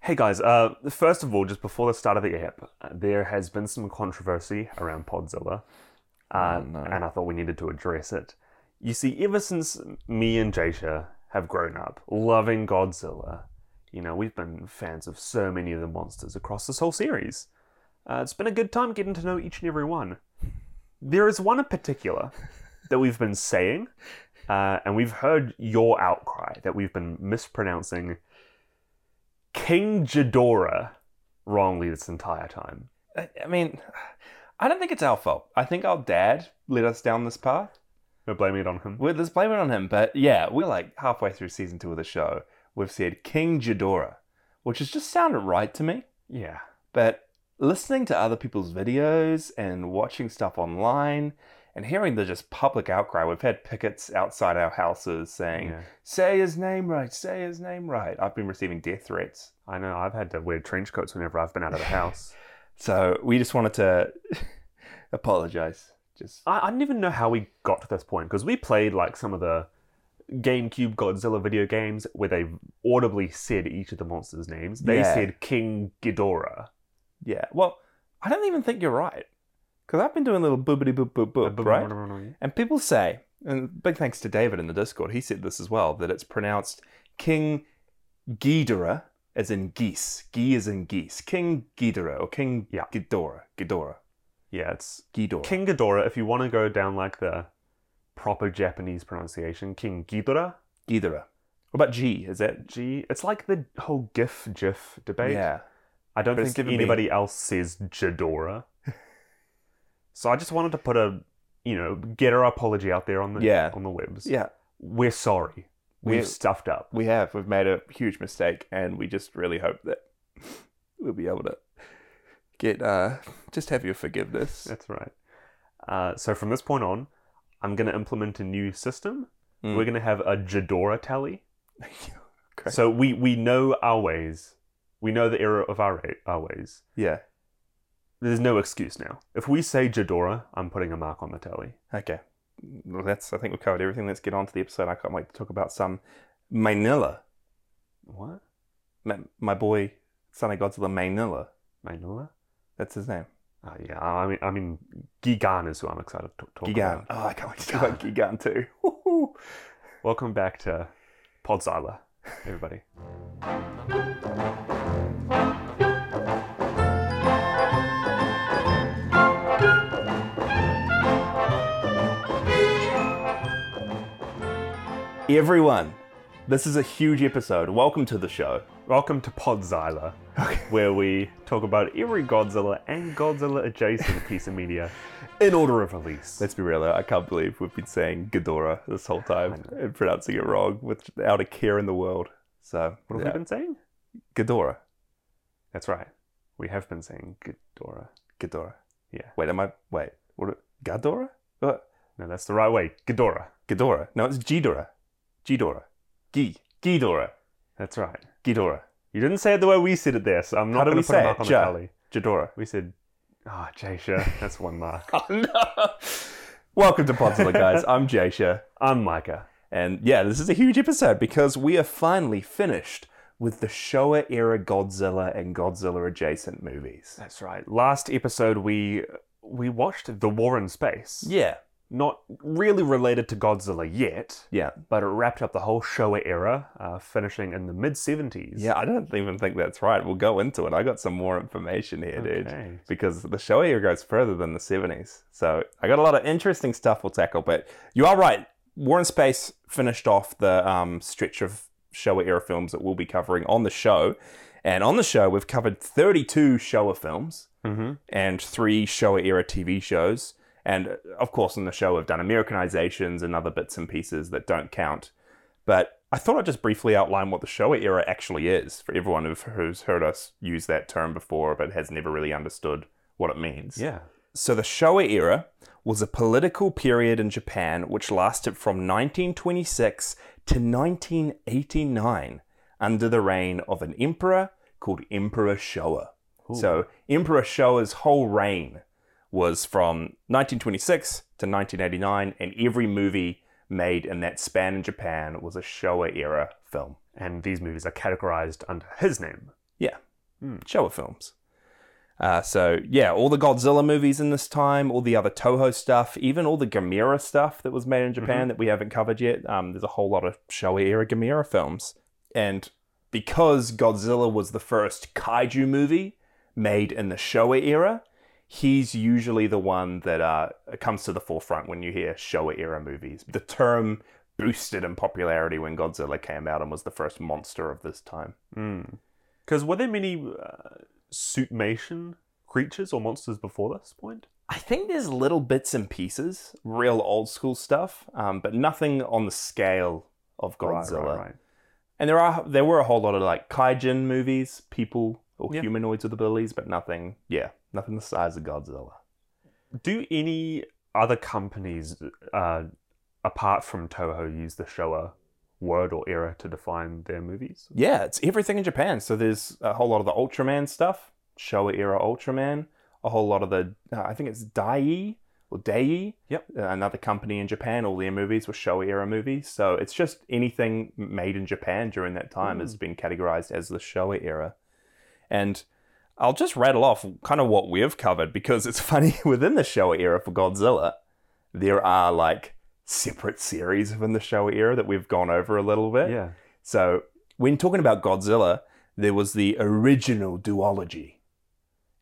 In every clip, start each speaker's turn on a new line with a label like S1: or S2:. S1: Hey guys, uh, first of all, just before the start of the app, uh, there has been some controversy around Podzilla, uh,
S2: no.
S1: and I thought we needed to address it. You see, ever since me and Jasha have grown up loving Godzilla, you know, we've been fans of so many of the monsters across this whole series. Uh, it's been a good time getting to know each and every one. There is one in particular that we've been saying, uh, and we've heard your outcry that we've been mispronouncing King Ghidorah wrongly this entire time.
S2: I, I mean, I don't think it's our fault. I think our dad led us down this path.
S1: We're blaming it on him.
S2: We're, let's blame it on him. But yeah, we're like halfway through season two of the show. We've said King Ghidorah, which has just sounded right to me.
S1: Yeah.
S2: But listening to other people's videos and watching stuff online and hearing the just public outcry, we've had pickets outside our houses saying,
S1: yeah.
S2: say his name right, say his name right. I've been receiving death threats.
S1: I know, I've had to wear trench coats whenever I've been out of the house.
S2: So we just wanted to apologize. Just
S1: I, I didn't even know how we got to this point because we played like some of the GameCube Godzilla video games where they audibly said each of the monsters' names. They
S2: Yeah.
S1: said King Ghidorah.
S2: Yeah. Well, I don't even think you're right. Because I've been doing little boobity boop boop boop, right? And people say, and big thanks to David in the Discord, he said this as well, that it's pronounced King Ghidorah as in geese. Gee is in geese. King Ghidorah or King
S1: Yeah.
S2: Ghidorah. Ghidorah.
S1: Yeah, it's
S2: Ghidorah.
S1: King Ghidorah. If you want to go down like the proper Japanese pronunciation, King Ghidorah.
S2: Ghidorah. What about G? Is that
S1: G. It's like the whole GIF GIF debate.
S2: Yeah.
S1: I don't
S2: But it's
S1: think
S2: given me-
S1: anybody else says Jadora. so I just wanted to put a, you know, get our apology out there on the
S2: Yeah.
S1: on the webs.
S2: Yeah.
S1: We're sorry. We've
S2: We're-
S1: stuffed up.
S2: We have. We've made a huge mistake, and we just really hope that we'll be able to get uh just have your forgiveness.
S1: That's right. Uh, so from this point on, I'm going to implement a new system.
S2: Mm.
S1: We're going to have a Jadora tally.
S2: Great.
S1: So we we know our ways. We know the error of our ra- our ways.
S2: yeah.
S1: There's no excuse now. If we say Jadora, I'm putting a mark on the tally.
S2: Okay. Well, that's. I think we've covered everything. Let's get on to the episode. I can't wait to talk about some Manila.
S1: What?
S2: My, my boy, Son of Godzilla Manila.
S1: Manila?
S2: That's his name.
S1: Oh yeah, I mean, I mean, Gigan is who I'm excited to talk
S2: Gigan.
S1: about.
S2: Oh, I can't wait to talk about Gigan too. Woohoo.
S1: Welcome back to Podzilla, everybody.
S2: Everyone, this is a huge episode. Welcome to the show.
S1: Welcome to Podzilla, where we talk about every Godzilla and Godzilla adjacent piece of media in order of release.
S2: Let's be real though, I can't believe we've been saying Ghidorah this whole time and pronouncing it wrong without a care in the world. So,
S1: what have
S2: yeah.
S1: we been saying?
S2: Ghidorah.
S1: That's right, we have been saying Ghidorah.
S2: Ghidorah.
S1: Yeah.
S2: Wait, am I. Wait. What? Ghidorah? What?
S1: No, that's the right way. Ghidorah.
S2: Ghidorah. No, it's Ghidorah. Ghidorah. G. Ghidorah.
S1: That's right.
S2: Ghidorah.
S1: You didn't say it the way we said it there, so I'm
S2: How
S1: not
S2: do
S1: going
S2: we
S1: to put a
S2: say
S1: mark
S2: it?
S1: on the
S2: Ja.
S1: tally.
S2: Ghidorah.
S1: We said, ah, oh, Jasha. That's one mark.
S2: Oh, no. Welcome to Podzilla, guys. I'm Jasha.
S1: I'm Micah.
S2: And yeah, this is a huge episode because we are finally finished with the Showa era Godzilla and Godzilla adjacent movies.
S1: That's right. Last episode we we watched The War in Space.
S2: Yeah.
S1: Not really related to Godzilla yet,
S2: Yeah.
S1: but it wrapped up the whole Showa era, uh, finishing in the mid 70s.
S2: Yeah, I don't even think that's right. We'll go into it. I got some more information here, dude.
S1: Okay.
S2: Because the show here goes further than the 70s. So I got a lot of interesting stuff we'll tackle. But you are right. War in Space finished off the um, stretch of Showa era films that we'll be covering on the show. And on the show, we've covered 32 Showa films
S1: Mhm.
S2: and three Showa era TV shows. And uh, of course, on the show, we've done Americanizations and other bits and pieces that don't count. But I thought I'd just briefly outline what the Showa era actually is for everyone who've- who's heard us use that term before but has never really understood what it means.
S1: Yeah.
S2: So, the Showa era was a political period in Japan which lasted from 1926 to 1989 under the reign of an emperor called Emperor Showa.
S1: Ooh.
S2: So, Emperor Showa's whole reign was from 1926 to 1989, and every movie made in that span in Japan was a Showa era film.
S1: And these movies are categorized under his name.
S2: Yeah.
S1: Hmm.
S2: Showa films. Uh, so yeah, all the Godzilla movies in this time, all the other Toho stuff, even all the Gamera stuff that was made in Japan that we haven't covered yet. Um, there's a whole lot of Showa era Gamera films, and because Godzilla was the first kaiju movie made in the Showa era, he's usually the one that uh, comes to the forefront when you hear Showa era movies. The term boosted in popularity when Godzilla came out and was the first monster of this time. Mm.
S1: Because were there many uh, suitmation creatures or monsters before this point?
S2: I think there's little bits and pieces, real old school stuff, um, but nothing on the scale of
S1: Right,
S2: Godzilla.
S1: right, right.
S2: And there are there were a whole lot of like kaijin movies, people or
S1: Yeah.
S2: humanoids with abilities, but nothing. Yeah, nothing the size of Godzilla.
S1: Do any other companies uh, apart from Toho use the Showa word or era to define their movies?
S2: Yeah, it's everything in Japan. So there's a whole lot of the Ultraman stuff, Showa era Ultraman, a whole lot of the uh, I think it's Dai or Dai.
S1: Yep.
S2: uh, Another company in Japan, all their movies were Showa era movies. So it's just anything made in Japan during that time
S1: Mm.
S2: has been categorized as the Showa era. And I'll just rattle off kind of what we've covered because it's funny within the Showa era for Godzilla, there are like separate series within the Showa era that we've gone over a little bit.
S1: Yeah.
S2: So when talking about Godzilla, there was the original duology.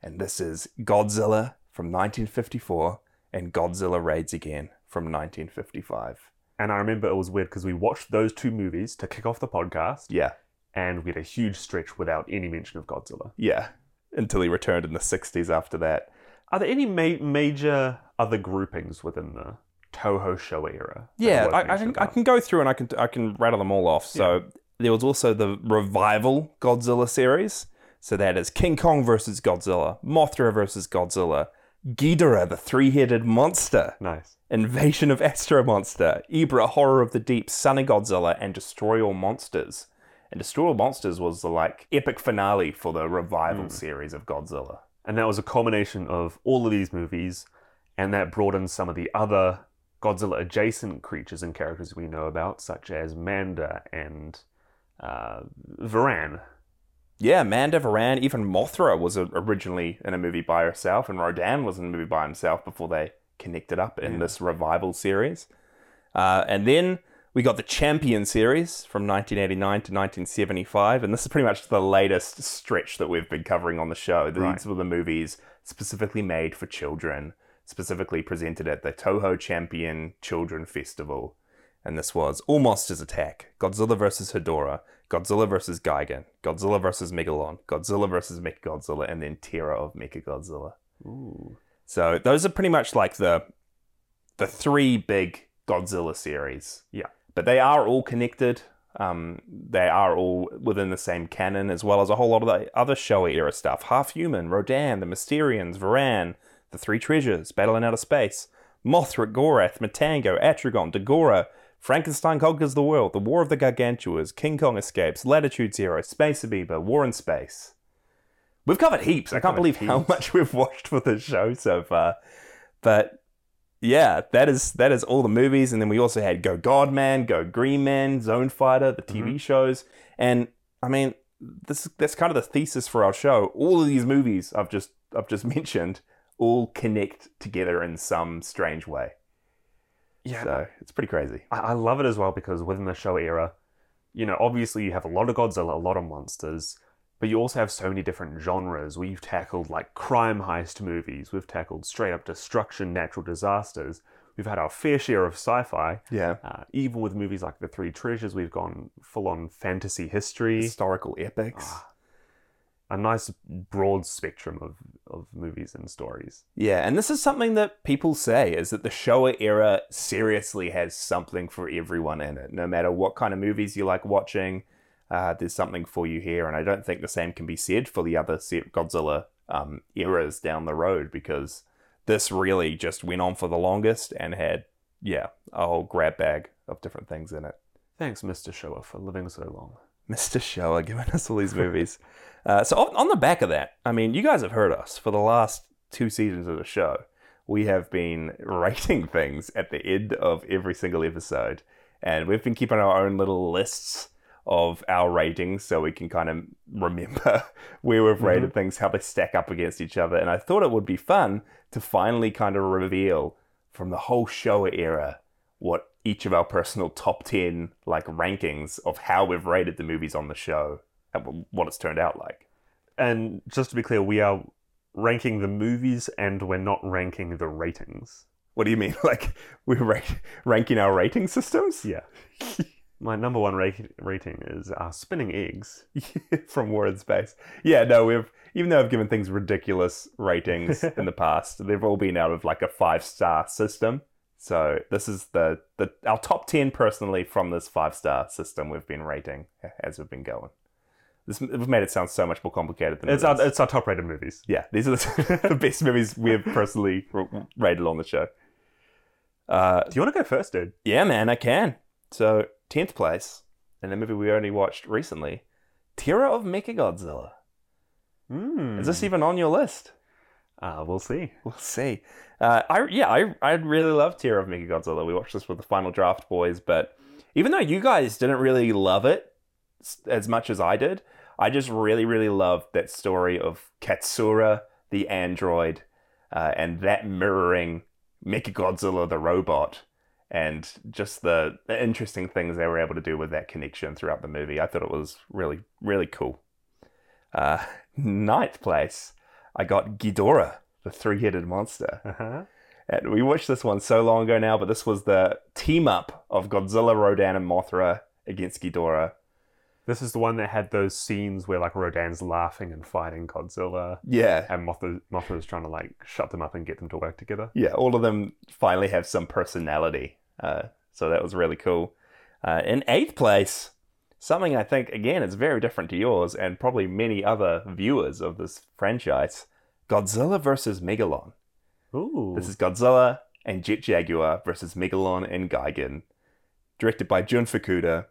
S2: And this is Godzilla from 1954 and Godzilla Raids Again from 1955.
S1: And I remember it was weird because we watched those two movies to kick off the podcast,
S2: Yeah,
S1: and we had a huge stretch without any mention of Godzilla.
S2: yeah. Until he returned in the 60s after that.
S1: Are there any ma- major other groupings within the Toho Showa era? that
S2: Yeah,
S1: are worth
S2: I, I,
S1: mentioning
S2: can, I
S1: about?
S2: can go through and I can I can rattle them all off. So there was also the revival Godzilla series. So that is King Kong versus Godzilla, Mothra versus Godzilla, Ghidorah, the three-headed monster,
S1: Nice.
S2: Invasion of Astro Monster, Ibra, Horror of the Deep, Son of Godzilla, and Destroy All Monsters. And Destroy All Monsters was the like epic finale for the revival series of Godzilla.
S1: And that was a combination of all of these movies, and that brought in some of the other Godzilla adjacent creatures and characters we know about, such as Manda and uh, Varan.
S2: Yeah, Manda Varan, even Mothra was a- originally in a movie by herself, and Rodan was in a movie by himself before they connected up in
S1: Yeah.
S2: this revival series. Uh, and then we got the Champion series from 1989 to 1975, and this is pretty much the latest stretch that we've been covering on the show. These
S1: Right.
S2: were the movies specifically made for children, specifically presented at the Toho Champion Children Festival. And this was All Monsters Attack, Godzilla vs. Hedorah, Godzilla vs. Gigan, Godzilla vs. Megalon, Godzilla vs. Mechagodzilla, and then Terror of Mechagodzilla.
S1: Ooh.
S2: So those are pretty much like the the three big Godzilla series.
S1: Yeah.
S2: But they are all connected. Um, they are all within the same canon, as well as a whole lot of the other Showa era stuff. Half Human, Rodan, the Mysterians, Varan, the Three Treasures, Battle in Outer Space, Mothra, Gorath, Matango, Atragon, Dagora, Frankenstein conquers the world, the War of the Gargantuas, King Kong escapes, Latitude Zero, Space Amoeba, War in Space. We've covered heaps. I
S1: We've
S2: can't
S1: covered
S2: believe how
S1: heaps.
S2: much we've watched for the show so far. But yeah, that is that is all the movies, and then we also had Go Godman, Go Green Man, Zone Fighter, the TV
S1: Mm-hmm.
S2: shows, and I mean, this that's kind of the thesis for our show. All of these movies I've just I've just mentioned all connect together in some strange way.
S1: Yeah,
S2: So it's pretty crazy.
S1: I, I love it as well because within the show era, you know, obviously you have a lot of Godzilla, a lot of monsters, but you also have so many different genres. We've tackled like crime heist movies, we've tackled straight up destruction, natural disasters. We've had our fair share of sci-fi.
S2: Yeah,
S1: Uh, even with movies like The Three Treasures, we've gone full on fantasy history.
S2: historical epics.
S1: Ah, a nice broad spectrum of, of movies and stories.
S2: Yeah, and this is something that people say is that the Showa era seriously has something for everyone in it. No matter what kind of movies you like watching, uh, there's something for you here. And I don't think the same can be said for the other se- Godzilla um, eras down the road because this really just went on for the longest and had, yeah, a whole grab bag of different things in it.
S1: Thanks, Mr. Showa, for living so long.
S2: Mr. Showa giving us all these movies. Uh, so on, on the back of that, I mean, you guys have heard us for the last two seasons of the show. We have been rating things at the end of every single episode, and we've been keeping our own little lists of our ratings so we can kind of remember where we've
S1: Mhm.
S2: rated things, how they stack up against each other. And I thought it would be fun to finally kind of reveal from the whole Showa era what each of our personal top 10 like rankings of how we've rated the movies on the show and what it's turned out like.
S1: And just to be clear, we are ranking the movies and we're not ranking the ratings.
S2: What do you mean? Like we're rank- ranking our rating systems?
S1: Yeah. My number one ra- rating is uh, spinning eggs.
S2: from War in Space. Yeah, no, we've even though I've given things ridiculous ratings in the past, they've all been out of like a five star system. So this is the, the our top ten personally from this five star system we've been rating as we've been going. This we've made it sound so much more complicated than
S1: It's
S2: it is.
S1: our, it's our top rated movies.
S2: yeah, these are the, the best movies we've personally r- rated on the show. Uh,
S1: Do you want to go first, dude?
S2: yeah, man, I can. So tenth place, and a movie we only watched recently, Terror of Mechagodzilla.
S1: Mm.
S2: Is this even on your list?
S1: Uh, we'll see.
S2: We'll see. Uh, I yeah, I I really love Tear of Mega Godzilla. We watched this with the Final Draft boys, but even though you guys didn't really love it s- as much as I did, I just really really loved that story of Katsura the android uh, and that mirroring Mega Godzilla the robot and just the, the interesting things they were able to do with that connection throughout the movie. I thought it was really really cool. Uh, ninth place, I got Ghidorah, the three-headed monster.
S1: Uh-huh.
S2: And Uh, we watched this one so long ago now, but this was the team up of Godzilla, Rodan, and Mothra against Ghidorah.
S1: This is the one that had those scenes where like Rodan's laughing and fighting Godzilla,
S2: Yeah.
S1: and Mothra Mothra's trying to like shut them up and get them to work together.
S2: Yeah, all of them finally have some personality. Uh, so that was really cool. Uh, in eighth place, something I think, again, is very different to yours and probably many other viewers of this franchise Godzilla versus Megalon.
S1: Ooh,
S2: This is Godzilla and Jet Jaguar versus Megalon and Gigan, directed by Jun Fukuda.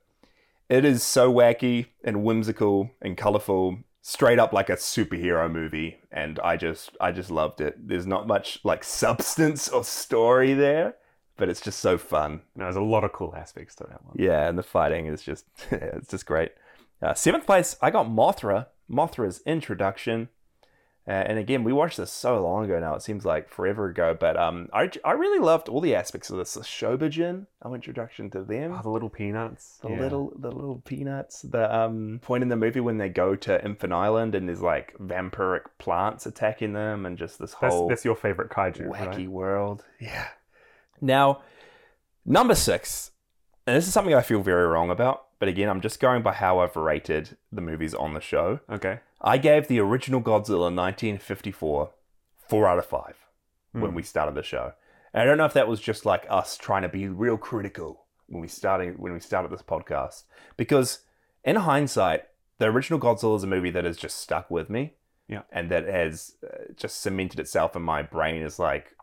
S2: It is so wacky and whimsical and colorful, straight up like a superhero movie, and I just I just loved it. There's not much like substance or story there, but it's just so fun.
S1: no, there's a lot of cool aspects to that one.
S2: Yeah, and the fighting is just it's just great. Uh, seventh place, I got Mothra. Mothra's introduction, uh, and again, we watched this so long ago now. It seems like forever ago, but um, I, I really loved all the aspects of this. The Shobujin, our introduction to them.
S1: Oh, the little peanuts.
S2: The
S1: Yeah.
S2: little the little peanuts. The um point in the movie when they go to Infant Island and there's like vampiric plants attacking them and just this
S1: That's,
S2: whole
S1: that's your favorite kaiju,
S2: wacky
S1: right?
S2: world. Yeah. Now, number six, and this is something I feel very wrong about, but again, I'm just going by how I've rated the movies on the show.
S1: Okay.
S2: I gave the original Godzilla 1954 four out of five when
S1: Mm.
S2: we started the show. And I don't know if that was just like us trying to be real critical when we started when we started this podcast, because in hindsight, the original Godzilla is a movie that has just stuck with me,
S1: Yeah.
S2: and that has uh, just cemented itself in my brain as like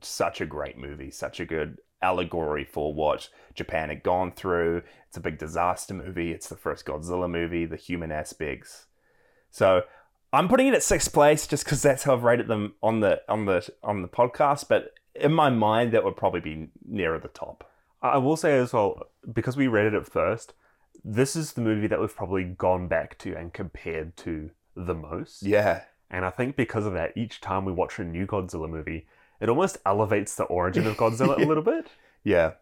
S2: such a great movie, such a good allegory for what Japan had gone through. It's a big disaster movie. It's the first Godzilla movie. The human aspects. So I'm putting it at sixth place just because that's how I've rated them on the on the on the podcast. But in my mind, that would probably be nearer the top.
S1: I I will say as well, because we rated it first, this is the movie that we've probably gone back to and compared to the most.
S2: Yeah,
S1: And I think because of that, each time we watch a new Godzilla movie, it almost elevates the origin of Godzilla
S2: Yeah.
S1: a little bit.
S2: yeah.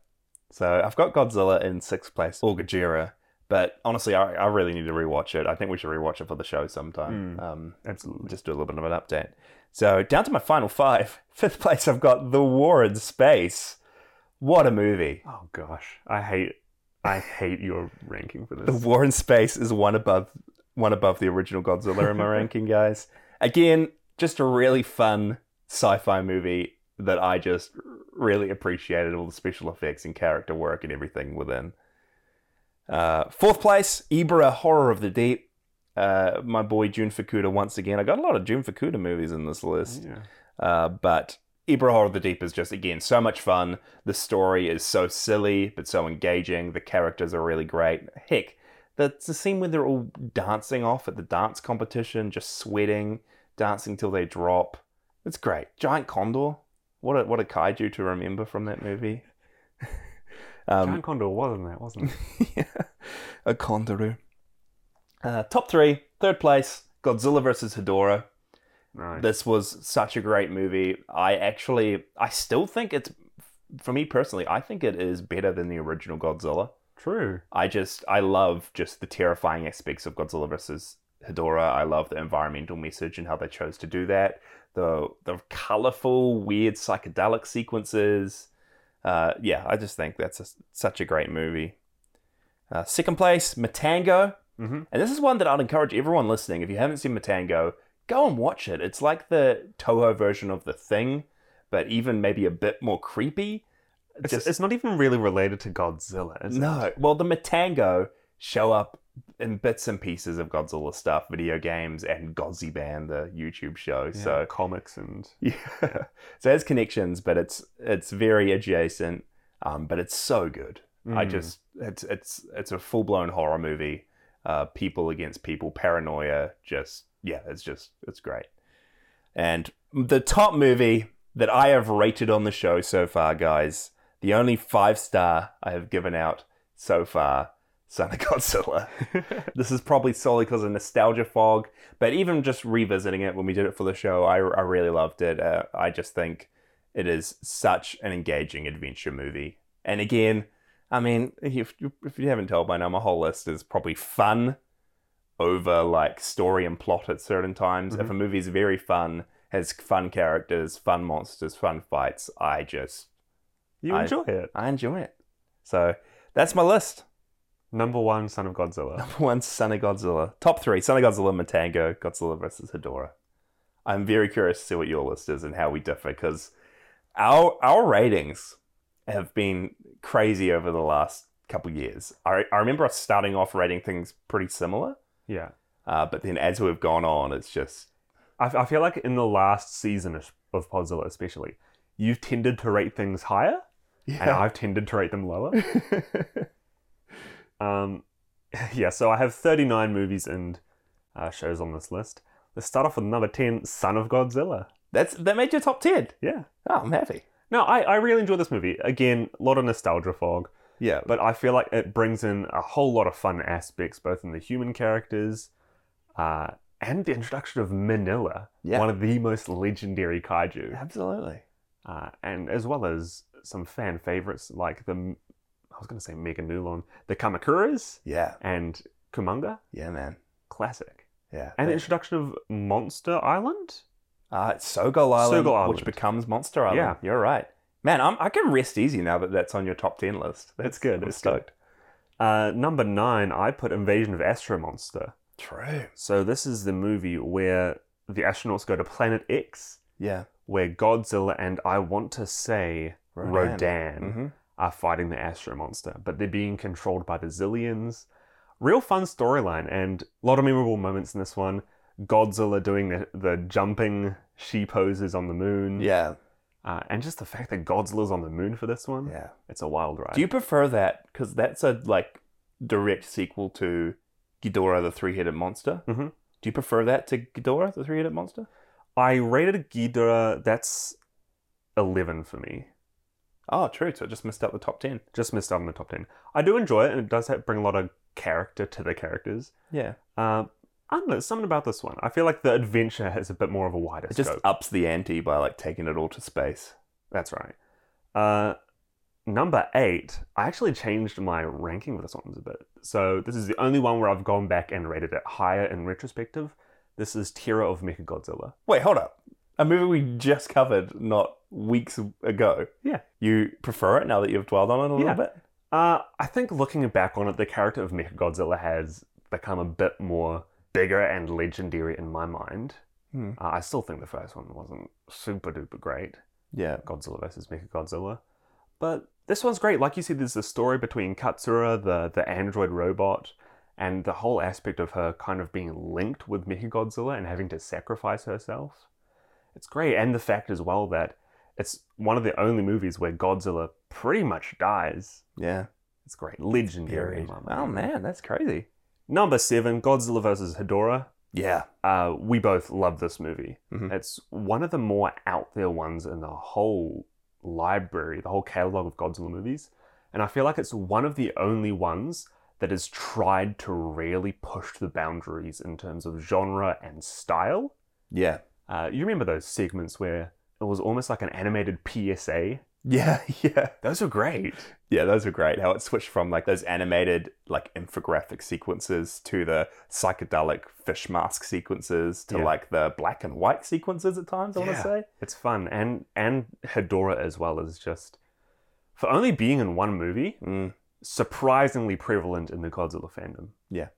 S2: So I've got Godzilla in sixth place or Gojira. But honestly, I, I really need to rewatch it. I think we should rewatch it for the show sometime.
S1: Mm.
S2: Um,
S1: Absolutely.
S2: just do a little bit of an update. So down to my final five. Fifth place, I've got The War in Space. What a movie!
S1: Oh gosh, I hate, I hate your ranking for this.
S2: The War in Space is one above one above the original Godzilla in my ranking, guys. Again, just a really fun sci-fi movie that I just really appreciated all the special effects and character work and everything within. Uh, fourth place, Ibra Horror of the Deep. Uh, my boy Jun Fukuda once again. I got a lot of Jun Fukuda movies in this list.
S1: yeah.
S2: Uh, but Ibra Horror of the Deep is just, again, so much fun. The story is so silly, but so engaging. The characters are really great. Heck, the, the scene where they're all dancing off at the dance competition, just sweating, dancing till they drop. It's great. Giant Condor. What a, what a kaiju to remember from that movie.
S1: John Condor wasn't that, wasn't it?
S2: Um, a Kondoru. Uh, top three, third place, Godzilla versus Hedorah.
S1: Right.
S2: This was such a great movie. I actually, I still think it's, for me personally, I think it is better than the original Godzilla.
S1: True.
S2: I just, I love just the terrifying aspects of Godzilla versus Hedorah. I love the environmental message and how they chose to do that. The the colorful, weird psychedelic sequences. Uh, yeah, I just think that's a, such a great movie. Uh, second place, Matango.
S1: Mhm.
S2: And this is one that I'd encourage everyone listening, if you haven't seen Matango, go and watch it. It's like the Toho version of The Thing, but even maybe a bit more creepy.
S1: It's,
S2: Just-
S1: it's not even really related to Godzilla, is
S2: no.
S1: it?
S2: Well, the Matango show up in bits and pieces of Godzilla stuff, video games, and Godzi Band, the YouTube show.
S1: Yeah,
S2: So
S1: uh, comics and
S2: yeah, so it has connections, but it's it's very adjacent. Um, but it's so good. I
S1: Mm.
S2: just it's it's it's a full blown horror movie. Uh, people against people, paranoia. Just yeah, it's just it's great. And the top movie that I have rated on the show so far, guys, the only five star I have given out so far, Son of Godzilla. this is probably solely because of nostalgia fog, but even just revisiting it when we did it for the show, I, I really loved it. Uh, I just think it is such an engaging adventure movie. And again, I mean, if, if you haven't told by now, my whole list is probably fun over like story and plot at certain times. If a movie is very fun, has fun characters, fun monsters, fun fights, I just
S1: you
S2: I-
S1: enjoy it.
S2: I enjoy it. So that's my list.
S1: Number one, Son of Godzilla.
S2: Number one, Son of Godzilla. Top three, Son of Godzilla, Matango, Godzilla versus Hedorah. I'm very curious to see what your list is and how we differ because our our ratings have been crazy over the last couple years. I, I remember us starting off rating things pretty similar,
S1: Yeah.
S2: uh, but then as we've gone on, it's just
S1: I, I feel like in the last season of- of Podzilla, especially, you've tended to rate things higher, and I've tended to rate them lower. Um, yeah, so I have 39 movies and uh, shows on this list. Let's start off with number 10, Son of Godzilla.
S2: that's that made your top ten.
S1: Yeah.
S2: Oh, I'm happy.
S1: No, I, I really enjoy this movie. Again, a lot of nostalgia fog,
S2: Yeah,
S1: but I feel like it brings in a whole lot of fun aspects, both in the human characters uh, and the introduction of Manila,
S2: Yeah.
S1: one of the most legendary kaiju,
S2: absolutely.
S1: uh, and as well as some fan favorites like the, I was going to say Mega Nulon, the Kamakuras
S2: Yeah,
S1: and Kumunga.
S2: yeah, man.
S1: Classic.
S2: Yeah,
S1: And the
S2: that-
S1: introduction of Monster Island?
S2: Uh, it's Sogol Island,
S1: Sogol Island.
S2: which becomes Monster Island.
S1: Yeah.
S2: You're right. Man, I'm, I can rest easy now that that's on your top 10 list. That's
S1: good,
S2: I'm
S1: it's good.
S2: stoked.
S1: Uh, number nine, I put Invasion of Astro Monster.
S2: True.
S1: So this is the movie where the astronauts go to Planet X,
S2: Yeah.
S1: where Godzilla and I want to say Rodan,
S2: Mm-hmm.
S1: are fighting the Astro Monster, but they're being controlled by the Zillions. Real fun storyline and a lot of memorable moments in this one. Godzilla doing the, the jumping she poses on the moon.
S2: Yeah.
S1: Uh, and just the fact that Godzilla's on the moon for this one,
S2: Yeah.
S1: it's a wild ride.
S2: Do you prefer that? Because that's a like direct sequel to Ghidorah the Three Headed Monster.
S1: Mhm.
S2: Do you prefer that to Ghidorah the Three Headed Monster?
S1: I rated Ghidorah. That's eleven for me.
S2: Oh, true. So I just missed out the top 10.
S1: Just missed out on the top ten. I do enjoy it, and it does have, bring a lot of character to the characters.
S2: Yeah.
S1: Uh, I don't know something about this one. I feel like the adventure has a bit more of a wider
S2: It just
S1: scope.
S2: ups the ante by like taking it all to space.
S1: That's right. Uh, number eight. I actually changed my ranking with this one a bit. So this is the only one where I've gone back and rated it higher in retrospective. This is Terror of Mechagodzilla.
S2: Wait, hold up. A movie we just covered not weeks ago.
S1: Yeah.
S2: You prefer it now that you've dwelled on it a little
S1: Yeah.
S2: bit?
S1: Uh, I think looking back on it, the character of Mechagodzilla has become a bit more bigger and legendary in my mind.
S2: Hmm.
S1: Uh, I still think the first one wasn't super duper great,
S2: Yeah.
S1: Godzilla versus Mechagodzilla, but this one's great. Like you said, there's the story between Katsura, the the android robot, and the whole aspect of her kind of being linked with Mechagodzilla and having to sacrifice herself. It's great, and the fact as well that it's one of the only movies where Godzilla pretty much dies.
S2: Yeah.
S1: It's great. Legendary.
S2: Period.
S1: in my
S2: Oh
S1: mind.
S2: man, that's crazy.
S1: Number seven, Godzilla vs. Hedorah.
S2: Yeah.
S1: Uh, we both love this movie.
S2: Mhm.
S1: It's one of the more out there ones in the whole library, the whole catalog of Godzilla movies. And I feel like it's one of the only ones that has tried to really push the boundaries in terms of genre and style.
S2: Yeah.
S1: Uh, you remember those segments where it was almost like an animated PSA?
S2: Yeah, yeah.
S1: Those were great.
S2: Yeah, those were great. How it switched from like those animated like infographic sequences to the psychedelic fish mask sequences to
S1: Yeah.
S2: like the black and white sequences at times, I
S1: Yeah.
S2: want to say.
S1: It's fun. And and Hedora as well is just for only being in one movie,
S2: Mm.
S1: surprisingly prevalent in the Godzilla fandom.
S2: Yeah.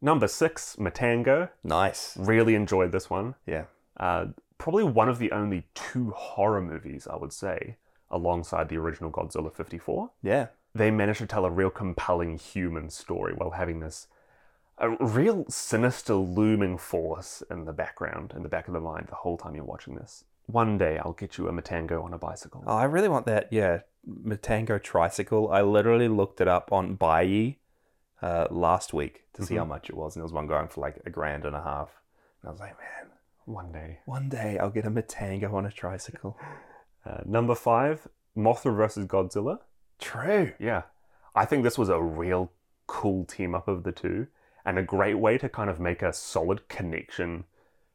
S1: Number six, Matango.
S2: Nice.
S1: Really enjoyed this one.
S2: Yeah.
S1: Uh, probably one of the only two horror movies, I would say, alongside the original Godzilla 54.
S2: Yeah.
S1: They managed to tell a real compelling human story while having this a real sinister looming force in the background, in the back of the mind, the whole time you're watching this. One day I'll get you a Matango on a bicycle.
S2: Oh, I really want that. Yeah, Matango tricycle. I literally looked it up on Baiyi uh, last week to see how
S1: Mm-hmm.
S2: much it was, and there was one going for like a grand and a half. And I was like, man,
S1: One day.
S2: one day I'll get a Matango on a tricycle.
S1: Uh, number five, Mothra versus Godzilla.
S2: True.
S1: Yeah. I think this was a real cool team up of the two and a great way to kind of make a solid connection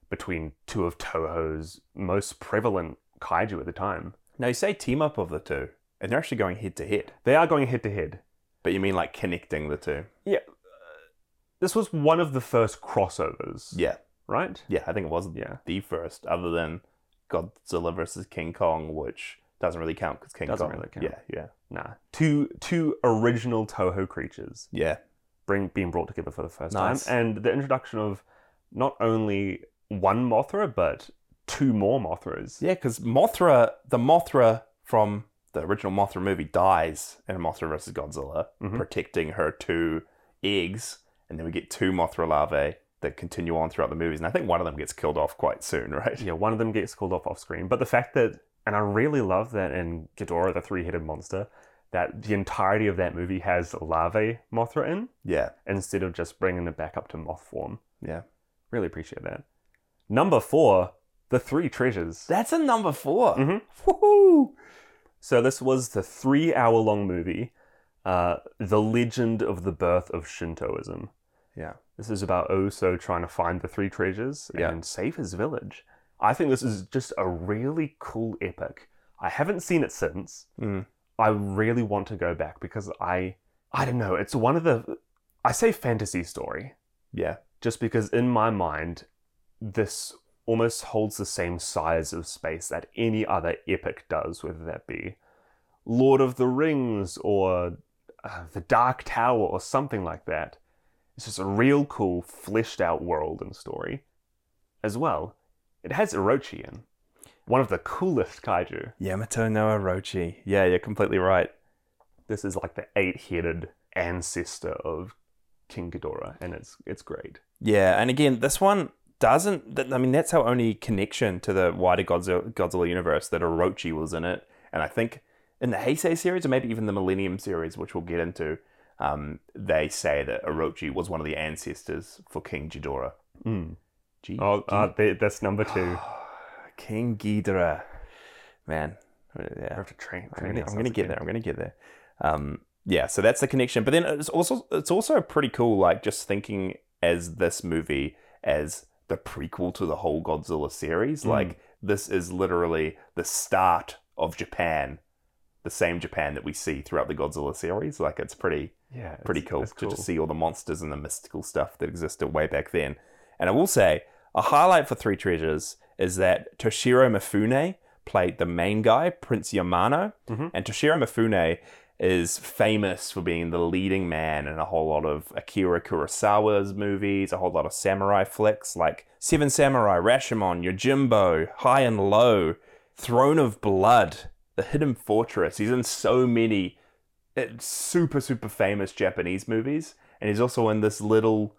S1: between two of Toho's most prevalent kaiju at the time.
S2: Now you say team up of the two, and they're actually going head to head,
S1: They are going head to head.
S2: but you mean like connecting the two?
S1: This was one of the first crossovers,
S2: Yeah,
S1: right?
S2: yeah. I think it was
S1: Yeah.
S2: the first, other than Godzilla versus King Kong, which doesn't really count because King
S1: Doesn't
S2: Kong.
S1: really count.
S2: Yeah, yeah,
S1: Nah. Two two original Toho creatures
S2: yeah.
S1: bring, being brought together for the first
S2: Nice.
S1: time and the introduction of not only one Mothra but two more Mothras.
S2: Yeah, because Mothra, the Mothra from the original Mothra movie, dies in Mothra versus Godzilla,
S1: Mhm.
S2: protecting her two eggs, and then we get two Mothra larvae that continue on throughout the movies, and I think one of them gets killed off quite soon, right?
S1: yeah, one of them gets called off off screen. But the fact that, and I really love that in Ghidorah, the three headed monster, that the entirety of that movie has larvae Mothra in
S2: Yeah,
S1: instead of just bringing it back up to moth form.
S2: yeah.
S1: Really appreciate that. Number four, the three treasures.
S2: That's a number 4
S1: Mhm.
S2: Woohoo!
S1: So this was the three hour long movie, uh, The Legend of the Birth of Shintoism.
S2: Yeah.
S1: This is about Oso trying to find the three treasures
S2: Yeah.
S1: and save his village. I think this is just a really cool epic. I haven't seen it since.
S2: Mm.
S1: I really want to go back because I I don't know, it's one of the I say fantasy story
S2: Yeah,
S1: just because in my mind this almost holds the same size of space that any other epic does, whether that be Lord of the Rings or uh, The Dark Tower or something like that. It's just a real cool, fleshed out world and story. As well, it has Orochi in, one of the coolest kaiju.
S2: Yamato no Orochi. Yeah, you're completely right.
S1: This is like the eight headed ancestor of King Ghidorah, and it's, it's great.
S2: Yeah, and again, this one doesn't. th- I mean, that's our only connection to the wider Godzilla, Godzilla universe that Orochi was in it, and I think in the Heisei series or maybe even the Millennium series, which we'll get into, um, they say that Orochi was one of the ancestors for King Ghidorah.
S1: Mm.
S2: G-
S1: Oh,
S2: G-
S1: uh, th- that's number two.
S2: King Ghidorah, man. Yeah,
S1: have to train.
S2: I'm gonna, I'm gonna get there. I'm gonna get there. Um, yeah, so that's the connection. But then it's also it's also pretty cool, like just thinking as this movie as the prequel to the whole Godzilla series.
S1: Mm.
S2: Like this is literally the start of Japan, the same Japan that we see throughout the Godzilla series. Like it's pretty
S1: Yeah, it's-
S2: pretty cool,
S1: it's
S2: to just see all the monsters and the mystical stuff that existed way back then. And I will say, a highlight for Three Treasures is that Toshiro Mifune played the main guy, Prince Yamano,
S1: Mhm.
S2: and Toshiro Mifune is famous for being the leading man in a whole lot of Akira Kurosawa's movies, a whole lot of samurai flicks like Seven Samurai, Rashomon, Yojimbo, High and Low, Throne of Blood, The Hidden Fortress. He's in so many uh, super, super famous Japanese movies. And he's also in this little,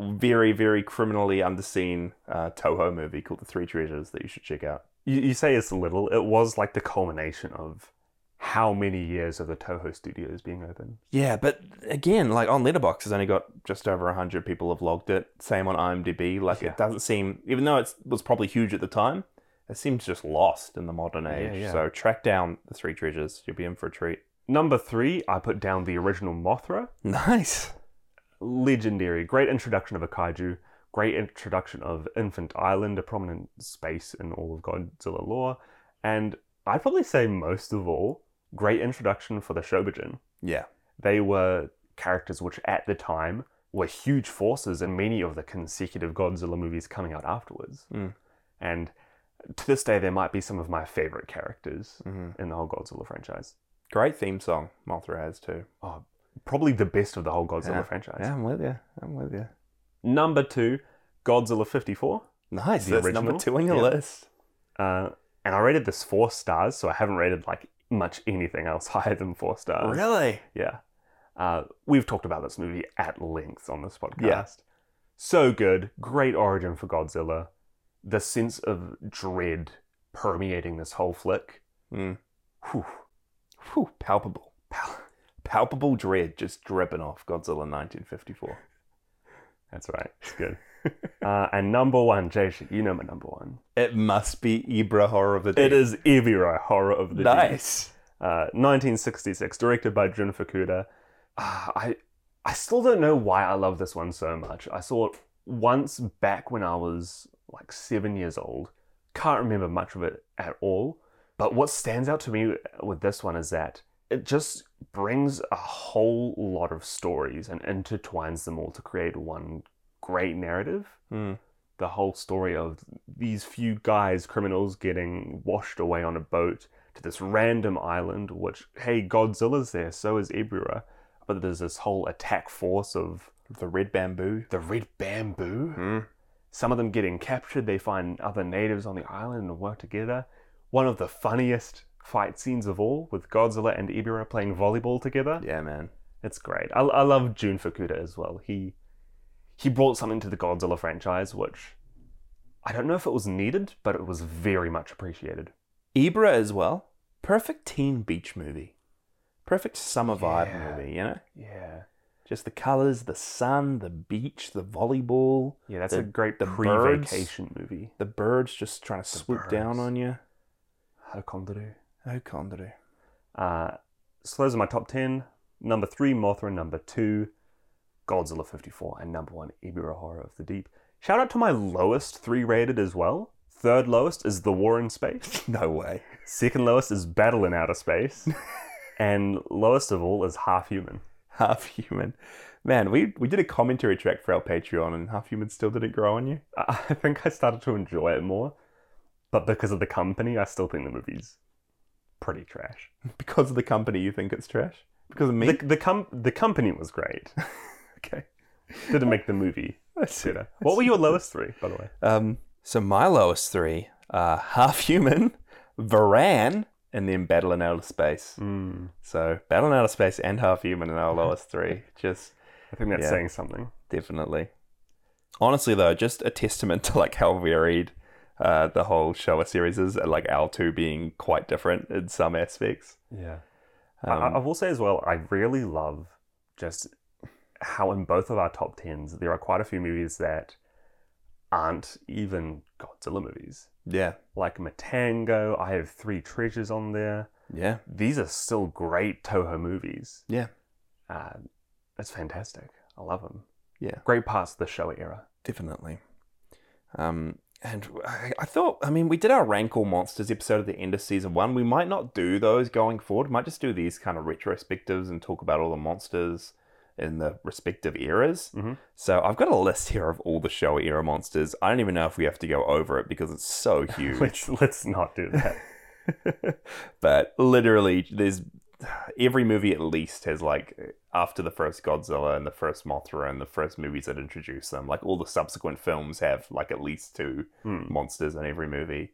S2: very, very criminally underseen uh, Toho movie called The Three Treasures that you should check out.
S1: You, you say it's little. It was like the culmination of how many years of the Toho Studios being open.
S2: Yeah, but again, like on Letterboxd, has only got just over 100 people have logged it. Same on IMDb. Like
S1: Yeah.
S2: it doesn't seem, even though it was probably huge at the time, it seems just lost in the modern
S1: Yeah,
S2: age.
S1: yeah.
S2: So track down The Three Treasures. You'll be in for a treat.
S1: Number three, I put down the original Mothra.
S2: Nice.
S1: Legendary. Great introduction of a kaiju. Great introduction of Infant Island, a prominent space in all of Godzilla lore. And I'd probably say most of all, great introduction for the Shobujin.
S2: Yeah.
S1: They were characters which at the time were huge forces in many of the consecutive Godzilla movies coming out afterwards.
S2: Mm.
S1: And to this day, they might be some of my favorite characters
S2: Mm-hmm.
S1: in the whole Godzilla franchise.
S2: Great theme song Mothra has too.
S1: Probably the best of the whole Godzilla
S2: Yeah.
S1: franchise.
S2: Yeah, I'm with you. I'm with you.
S1: Number two, Godzilla 54.
S2: Nice.
S1: The
S2: that's number
S1: original?
S2: two on your
S1: Yeah.
S2: list.
S1: Uh, and I rated this four stars, so I haven't rated like much anything else higher than four stars.
S2: really?
S1: Yeah. Uh, we've talked about this movie at length on this podcast.
S2: Yeah.
S1: So good. Great origin for Godzilla. The sense of dread permeating this whole flick.
S2: Mm.
S1: Whew.
S2: Whew, palpable. Pal- palpable dread just dripping off Godzilla 1954.
S1: That's right. It's good. uh, and number one, Jason, you know my number one.
S2: It must be Ibra Horror of the Day.
S1: It is Evira, Horror of the Deep.
S2: Nice.
S1: Uh, 1966, directed by Jun Fukuda. Ah, I I still don't know why I love this one so much. I saw it once back when I was like seven years old. Can't remember much of it at all. But what stands out to me with this one is that it just brings a whole lot of stories and intertwines them all to create one great narrative
S2: Mm.
S1: the whole story of these few guys, criminals, getting washed away on a boat to this random island, which, hey, Godzilla's there, so is Ibira. But there's this whole attack force of
S2: The Red Bamboo.
S1: the red bamboo.
S2: Mm.
S1: Some of them getting captured, they find other natives on the island and work together. One of the funniest fight scenes of all, with Godzilla and Ibira playing volleyball together.
S2: Yeah, man.
S1: It's great. I, I love Jun Fukuda as well. He he brought something to the Godzilla franchise, which I don't know if it was needed, but it was very much appreciated.
S2: Ibra as well. Perfect teen beach movie. Perfect summer
S1: Yeah.
S2: vibe movie, you know?
S1: Yeah,
S2: Just the colors, the sun, the beach, the volleyball,
S1: yeah, that's
S2: The-
S1: a great
S2: the
S1: pre-vacation movie.
S2: the birds just trying to swoop down
S1: birds.
S2: on you.
S1: Hakondaru.
S2: Oh, Kondoru.
S1: Uh, so those are my top ten. Number three, Mothra. Number two, Godzilla 54, and number one, Ibira Horror of the Deep. Shout out to my lowest three rated as well. Third lowest is The War in Space.
S2: No way.
S1: Second lowest is Battle in Outer Space. and lowest of all is Half Human.
S2: Half human. Man, we, we did a commentary track for our Patreon and Half Human still didn't grow on you.
S1: I I think I started to enjoy it more, but because of the company, I still think the movie's pretty trash.
S2: Because of the company, you think it's trash? Because of me?
S1: The, the, com- the company was great,
S2: okay.
S1: didn't make the movie
S2: That's it.
S1: better. What were your lowest three, by the way?
S2: Um, so my lowest three are Half Human, Varan, and then Battle in Outer Space.
S1: Mm,
S2: So Battle in Outer Space and Half Human in our lowest three. Just
S1: I think that's
S2: Yeah.
S1: saying something.
S2: definitely. Honestly, though, just a testament to like how varied uh, the whole Showa series is, and, like our two being quite different in some aspects.
S1: Yeah.
S2: Um,
S1: I, I will say as well, I really love just how in both of our top tens, there are quite a few movies that aren't even Godzilla movies.
S2: yeah,
S1: like Matango. I have Three Treasures on there.
S2: yeah,
S1: These are still great Toho movies.
S2: Yeah.
S1: Uh, it's fantastic. I love them.
S2: Yeah.
S1: Great parts of the Showa era.
S2: definitely. Um, and I, I thought, I mean, we did our Rank All Monsters episode at the end of season one. We might not do those going forward. We might just do these kind of retrospectives and talk about all the monsters in the respective eras.
S1: Mhm.
S2: So I've got a list here of all the Showa era monsters. I don't even know if we have to go over it because it's so huge.
S1: Let's, let's not do that.
S2: but literally, there's every movie at least has like after the first Godzilla and the first Mothra and the first movies that introduce them, like all the subsequent films have like at least two
S1: Hmm.
S2: monsters in every movie.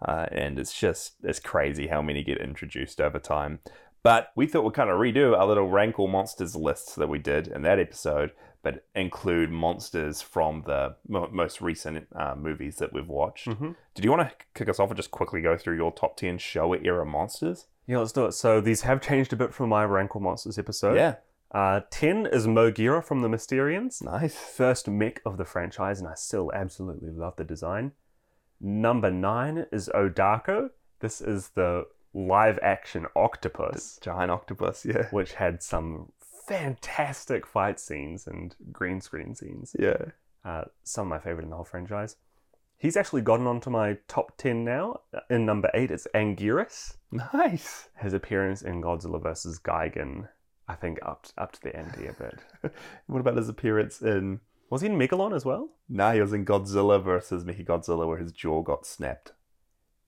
S2: Uh, and it's just it's crazy how many get introduced over time. But we thought we'd kind of redo our little Rankle Monsters lists that we did in that episode, but include monsters from the mo- most recent uh, movies that we've watched.
S1: Mhm.
S2: Did you want to kick us off and just quickly go through your top 10 Showa era monsters?
S1: Yeah, let's do it. So these have changed a bit from my Rankle Monsters episode.
S2: yeah.
S1: Uh, 10 is Mogira from the Mysterians.
S2: Nice.
S1: First mech of the franchise, and I still absolutely love the design. Number 9 is Odako. This is the live action octopus,
S2: Giant octopus, yeah.
S1: which had some fantastic fight scenes and green screen scenes.
S2: Yeah.
S1: Uh, some of my favorite in the whole franchise. He's actually gotten onto my top 10 now. In number 8, it's Anguirus.
S2: Nice.
S1: His appearance in Godzilla vs. Gigan, I think, up up to the ante a bit.
S2: What about his appearance in.
S1: Was he in Megalon as well?
S2: Nah, he was in Godzilla versus Mickey Godzilla where his jaw got snapped.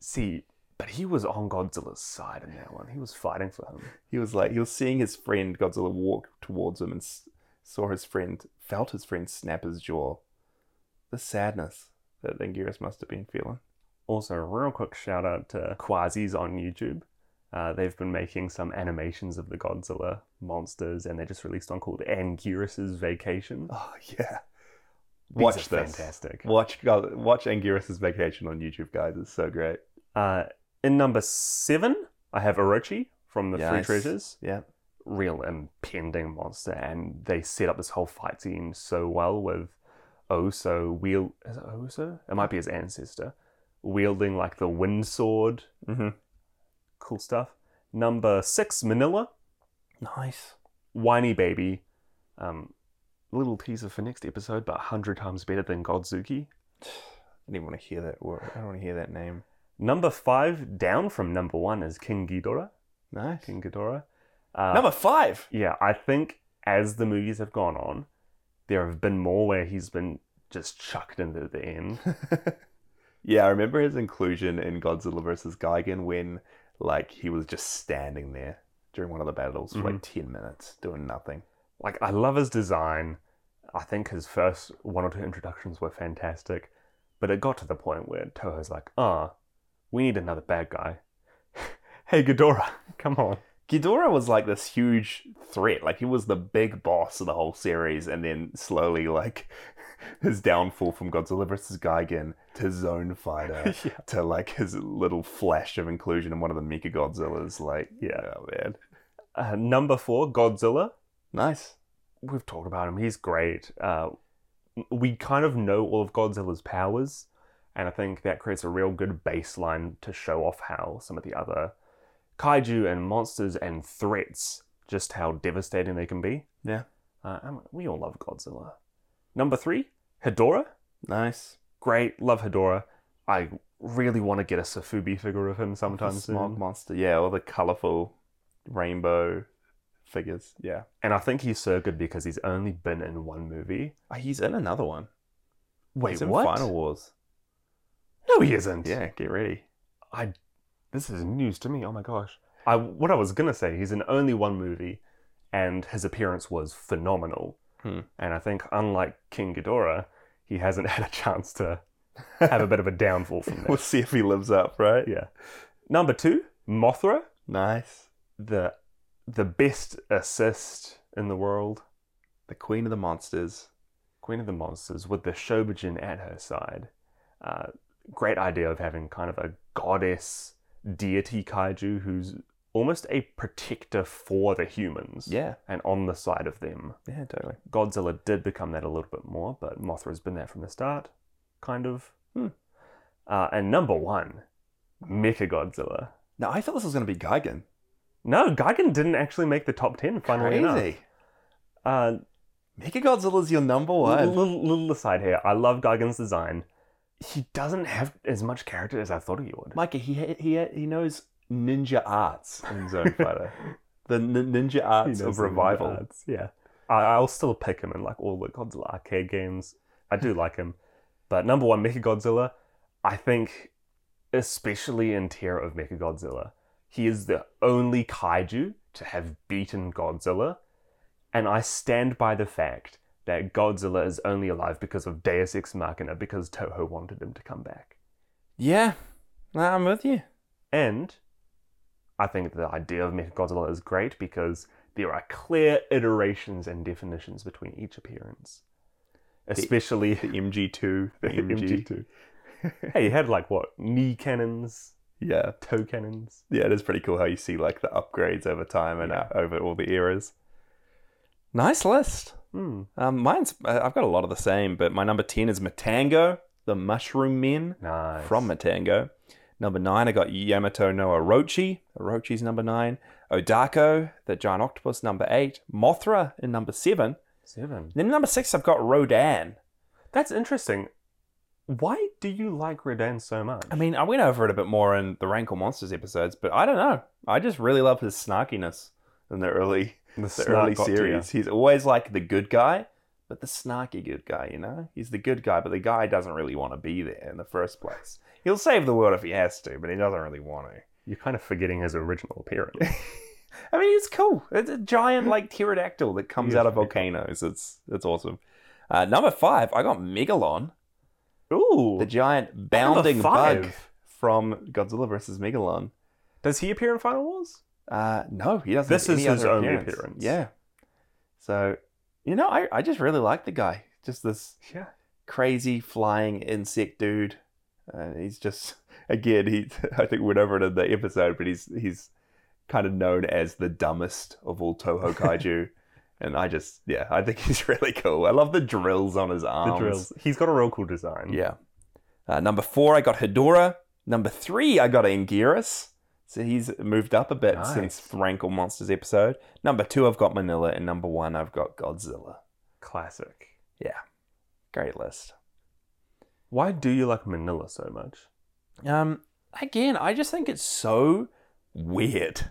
S1: See, but he was on Godzilla's side in that one. He was fighting for him.
S2: He was like, he was seeing his friend Godzilla walk towards him and s- saw his friend, felt his friend snap his jaw. The sadness that Anguirus must have been feeling.
S1: Also, a real quick shout out to Quasi's on YouTube. Uh, they've been making some animations of the Godzilla monsters, and they just released one called Anguirus's Vacation.
S2: Oh, yeah.
S1: These
S2: Watch
S1: are
S2: this.
S1: Fantastic.
S2: Watch God, watch Anguirus's vacation on YouTube, guys. It's so great.
S1: Uh, in number seven, I have Orochi from the Three
S2: Yes.
S1: Treasures.
S2: Yeah.
S1: Real impending monster, and they set up this whole fight scene so well with Oso wield. Is it Oso? It might be his ancestor, wielding like the wind sword.
S2: Mm-hmm.
S1: Cool stuff. Number six, Manila,
S2: Nice.
S1: whiny baby. Um, little teaser for next episode, but hundred times better than Godzuki.
S2: I didn't want to hear that word. I don't want to hear that name.
S1: Number five, down from number one, is King Ghidorah.
S2: Nice.
S1: King Ghidorah. Uh,
S2: Number five.
S1: yeah, I think as the movies have gone on, there have been more where he's been just chucked into the end.
S2: yeah, I remember his inclusion in Godzilla vs. Gigan when, like, he was just standing there during one of the battles for like ten minutes doing nothing.
S1: Like, I love his design. I think his first one or two introductions were fantastic, but it got to the point where Toho's like, ah, we need another bad guy. hey, Ghidorah, come on.
S2: Ghidorah was like this huge threat. Like he was the big boss of the whole series, and then slowly, like his downfall from Godzilla vs. Gigan to Zone Fighter
S1: yeah.
S2: to like his little flash of inclusion in one of the Mecha Godzillas. Like,
S1: Yeah.
S2: oh, man,
S1: Uh, number four, Godzilla.
S2: nice.
S1: We've talked about him. He's great. Uh, we kind of know all of Godzilla's powers, and I think that creates a real good baseline to show off how some of the other kaiju and monsters and threats, just how devastating they can be.
S2: Yeah.
S1: Uh, and we all love Godzilla. Number three, Hedorah.
S2: Nice.
S1: Great. Love Hedorah. I really want to get a Safubi figure of him
S2: The
S1: sometime soon.
S2: smog monster. Yeah, all the colorful rainbow figures. Yeah.
S1: And I think he's so good because he's only been in one movie.
S2: Oh, he's in another one.
S1: Wait,
S2: he's in
S1: what?
S2: Final Wars.
S1: No, he isn't.
S2: Yeah, get ready.
S1: I this is news to me. Oh my gosh. I what I was going to say, he's in only one movie and his appearance was phenomenal.
S2: Hmm.
S1: And I think unlike King Ghidorah, he hasn't had a chance to have a bit of a downfall from
S2: We'll
S1: that.
S2: see if he lives up, right?
S1: yeah. Number 2, Mothra,
S2: Nice.
S1: the the best assist in the world,
S2: The Queen of the Monsters.
S1: Queen of the Monsters with the Shobujin at her side. Uh, great idea of having kind of a goddess deity kaiju who's almost a protector for the humans
S2: Yeah.
S1: and on the side of them.
S2: Yeah, totally.
S1: Godzilla did become that a little bit more, but Mothra's been that from the start, kind of.
S2: Hmm.
S1: Uh, and number one, Mechagodzilla.
S2: Now I thought this was gonna be Gigan.
S1: No, Gigan didn't actually make the top 10, funnily enough.
S2: Crazy.
S1: Uh,
S2: Mega Godzilla's your number one.
S1: Little, little aside here. I love Gargan's design. He doesn't have as much character as I thought he would.
S2: Micah, he ha- he ha- he knows ninja arts in Zone Fighter. The nin- ninja
S1: He
S2: arts
S1: knows
S2: of
S1: the
S2: revival.
S1: arts, Yeah. I, I'll still pick him in like all the Godzilla arcade games. I do like him. But number one, Mechagodzilla, I think, especially in Terror of Mechagodzilla, he is the only kaiju to have beaten Godzilla. And I stand by the fact that Godzilla is only alive because of Deus Ex Machina, because Toho wanted him to come back.
S2: Yeah. Nah, I'm with you.
S1: And I think the idea of Mechagodzilla is great because there are clear iterations and definitions between each appearance. Especially
S2: The MG2, the MG.
S1: MG2. hey, you had like what? Knee cannons,
S2: Yeah.
S1: toe cannons.
S2: Yeah, it is pretty cool how you see like the upgrades over time and uh, over all the eras. Nice list.
S1: Hmm.
S2: Um, mine's uh, I've got a lot of the same, but my number ten is Matango, the Mushroom Men
S1: Nice.
S2: from Matango. Number nine, I got Yamato no Orochi. Orochi's number nine. Odako, the giant octopus, number eight. Mothra in number seven.
S1: Seven.
S2: Then number six, I've got Rodan.
S1: That's interesting. Why do you like Rodan so much?
S2: I mean, uh, I went over it a bit more in the Rankle Monsters episodes, but I don't know. I just really love his snarkiness in the early, the early series. He's always like the good guy, but the snarky good guy, you know? He's the good guy, but the guy doesn't really want to be there in the first place. He'll save the world if he has to, but he doesn't really want to.
S1: You're kind of forgetting his original appearance.
S2: I mean, it's cool. It's a giant like pterodactyl that comes
S1: Yes,
S2: out of
S1: yeah.
S2: volcanoes. It's it's awesome. Uh, number five, I got Megalon,
S1: Ooh.
S2: the giant bounding
S1: five.
S2: bug from Godzilla vs. Megalon.
S1: Does he appear in Final Wars?
S2: Uh, no, he doesn't.
S1: This
S2: have
S1: is
S2: any
S1: his
S2: other
S1: only
S2: appearance.
S1: appearance.
S2: Yeah. So, you know, I, I just really like the guy. Just this
S1: Yeah.
S2: crazy flying insect dude. Uh, he's just again he I think we went over it in the episode, but he's he's kind of known as the dumbest of all Toho kaiju. and I just yeah, I think he's really cool. I love the drills on his
S1: The
S2: arms.
S1: drills. He's got a real cool design.
S2: Yeah. Uh, number four, I got Hedora. Number three, I got Anguirus. So he's moved up a bit
S1: Nice.
S2: since the Rankle Monsters episode. Number two, I've got Manila, and number one, I've got Godzilla.
S1: Classic.
S2: Great list.
S1: Why do you like Manila so much?
S2: Um, again, I just think it's so weird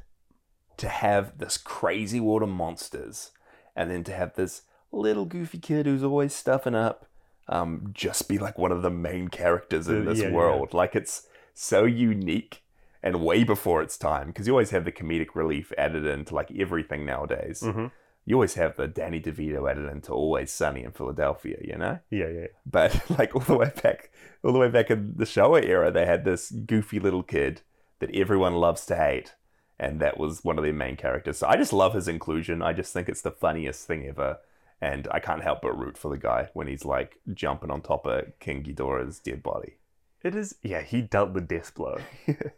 S2: to have this crazy world of monsters, and then to have this little goofy kid who's always stuffing up, um, just be like one of the main characters in
S1: Yeah,
S2: this
S1: yeah.
S2: world. Like it's so unique and way before its time because you always have the comedic relief added into like everything nowadays.
S1: Mm-hmm.
S2: You always have the Danny DeVito added into Always Sunny in Philadelphia, you know
S1: Yeah, yeah.
S2: but like all the way back all the way back in the Showa era they had this goofy little kid that everyone loves to hate and that was one of their main characters so i just love his inclusion i just think it's the funniest thing ever and i can't help but root for the guy when he's like jumping on top of king Ghidorah's dead body
S1: It is. Yeah, he dealt the death blow.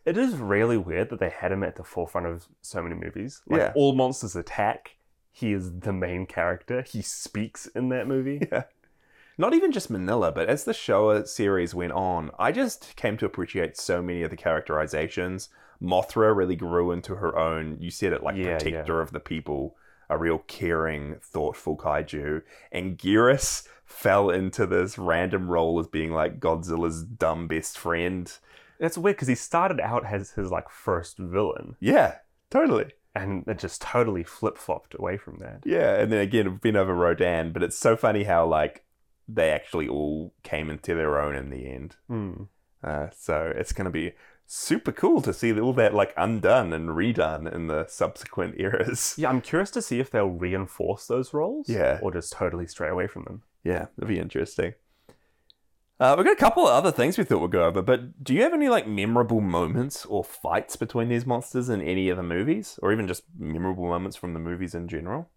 S1: it is really weird that they had him at the forefront of so many movies. Like
S2: Yeah.
S1: all monsters attack. He is the main character. He speaks in that movie.
S2: not even just manila but as the Showa series went on i just came to appreciate so many of the characterizations mothra really grew into her own you said it like
S1: Yeah, yeah.
S2: protector of the people a real caring thoughtful kaiju and Gearus fell into this random role as being like godzilla's dumb best friend
S1: That's weird because he started out as his like first villain,
S2: yeah totally
S1: and it just totally flip flopped away from that.
S2: Yeah, and then again, we've been over Rodan, but it's so funny how like they actually all came into their own in the end.
S1: Mm.
S2: Uh, so it's going to be super cool to see all that like undone and redone in the subsequent eras.
S1: Yeah, I'm curious to see if they'll reinforce those roles.
S2: Yeah.
S1: or just totally stray away from them.
S2: Yeah, that'd be interesting. Uh, we've got a couple of other things we thought we'd go over, but do you have any like memorable moments or fights between these monsters in any of the movies, or even just memorable moments from the movies in general?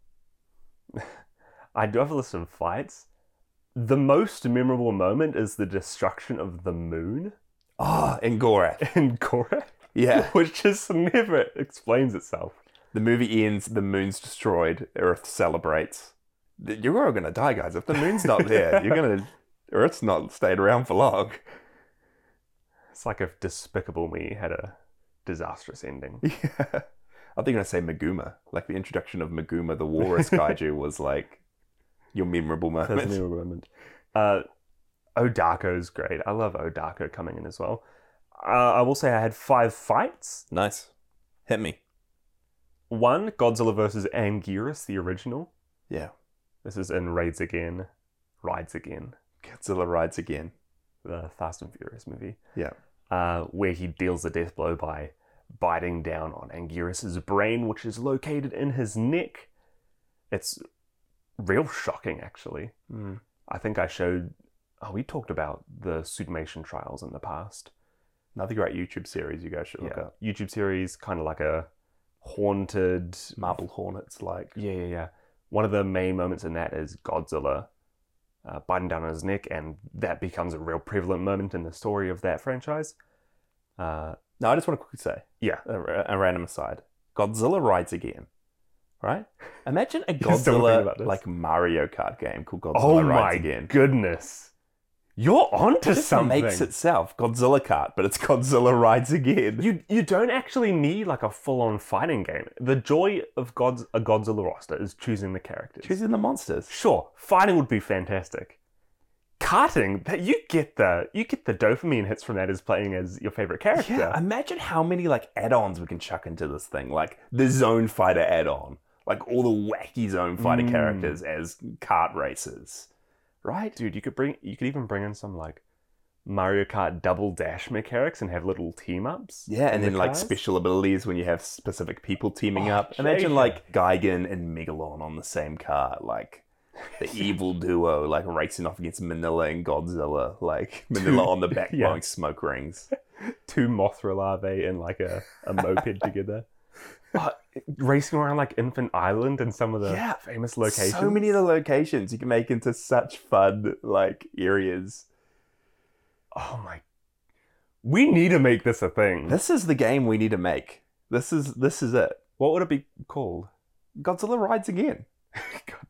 S1: I do have a list of fights. The most memorable moment is the destruction of the moon
S2: Ah, oh, Angora.
S1: in Korra,
S2: Yeah.
S1: which just never explains itself.
S2: The movie ends, the moon's destroyed, Earth celebrates. Th- You're all gonna die, guys. If the moon's not there, you're gonna Earth's not stayed around for long.
S1: It's like if Despicable Me had a disastrous ending.
S2: Yeah. I think I'm gonna say Maguma. Like the introduction of Maguma the walrus kaiju was like your memorable
S1: That's a
S2: moment.
S1: memorable moment. Uh, Odako's great. I love Odako coming in as well. Uh, I will say I had five fights.
S2: Nice. Hit me.
S1: One, Godzilla versus Anguirus, the original.
S2: Yeah.
S1: This is in Raids Again, Rides Again.
S2: Godzilla rides again.
S1: the Fast and Furious movie.
S2: Yeah.
S1: Uh, where he deals the death blow by biting down on Anguirus's brain, which is located in his neck. It's real shocking, actually.
S2: Hmm.
S1: I think I showed. Oh, we talked about the Sudmation trials in the past.
S2: Another great YouTube series you guys should look up.
S1: YouTube series, kind of like a haunted.
S2: Marble Hornets like.
S1: Yeah, yeah, yeah. One of the main moments in that is Godzilla uh, biting down on his neck, and that becomes a real prevalent moment in the story of that franchise. Uh,
S2: No, I just want to quickly say.
S1: Yeah.
S2: A, ra- a random aside. Godzilla rides again. Right? Imagine a
S1: You're still thinking
S2: Godzilla
S1: about this.
S2: like Mario Kart game called Godzilla
S1: Oh
S2: rides
S1: my
S2: again.
S1: goodness. You're onto
S2: Just
S1: something.
S2: makes itself Godzilla cart, but it's Godzilla rides again.
S1: You you don't actually need like a full on fighting game. The joy of God's a Godzilla roster is choosing the characters.
S2: Choosing the monsters.
S1: sure, fighting would be fantastic. Karting, that you get the you get the dopamine hits from that as playing as your favorite character.
S2: Yeah, imagine how many like add-ons we can chuck into this thing, like the Zone Fighter add-on, like all the wacky Zone Fighter
S1: Mm.
S2: characters as kart racers, right?
S1: Dude, you could bring you could even bring in some like Mario Kart double dash mechanics and have little team ups.
S2: Yeah, and
S1: The
S2: then like
S1: cars?
S2: special abilities when you have specific people teaming
S1: Oh,
S2: up. Imagine
S1: yeah.
S2: like Gigan and Megalon on the same car, like the evil duo, like racing off against Manila and Godzilla, like Manila on the back
S1: Yeah.
S2: blowing smoke rings.
S1: Two Mothra larvae and like a, a moped together. Uh, racing around like Infant Island and some of the
S2: Yeah,
S1: famous locations.
S2: So many of the locations you can make into such fun like areas.
S1: Oh my. We need to make this a thing.
S2: This is the game we need to make. This is this is it.
S1: what would it be called?
S2: Godzilla rides again.
S1: God.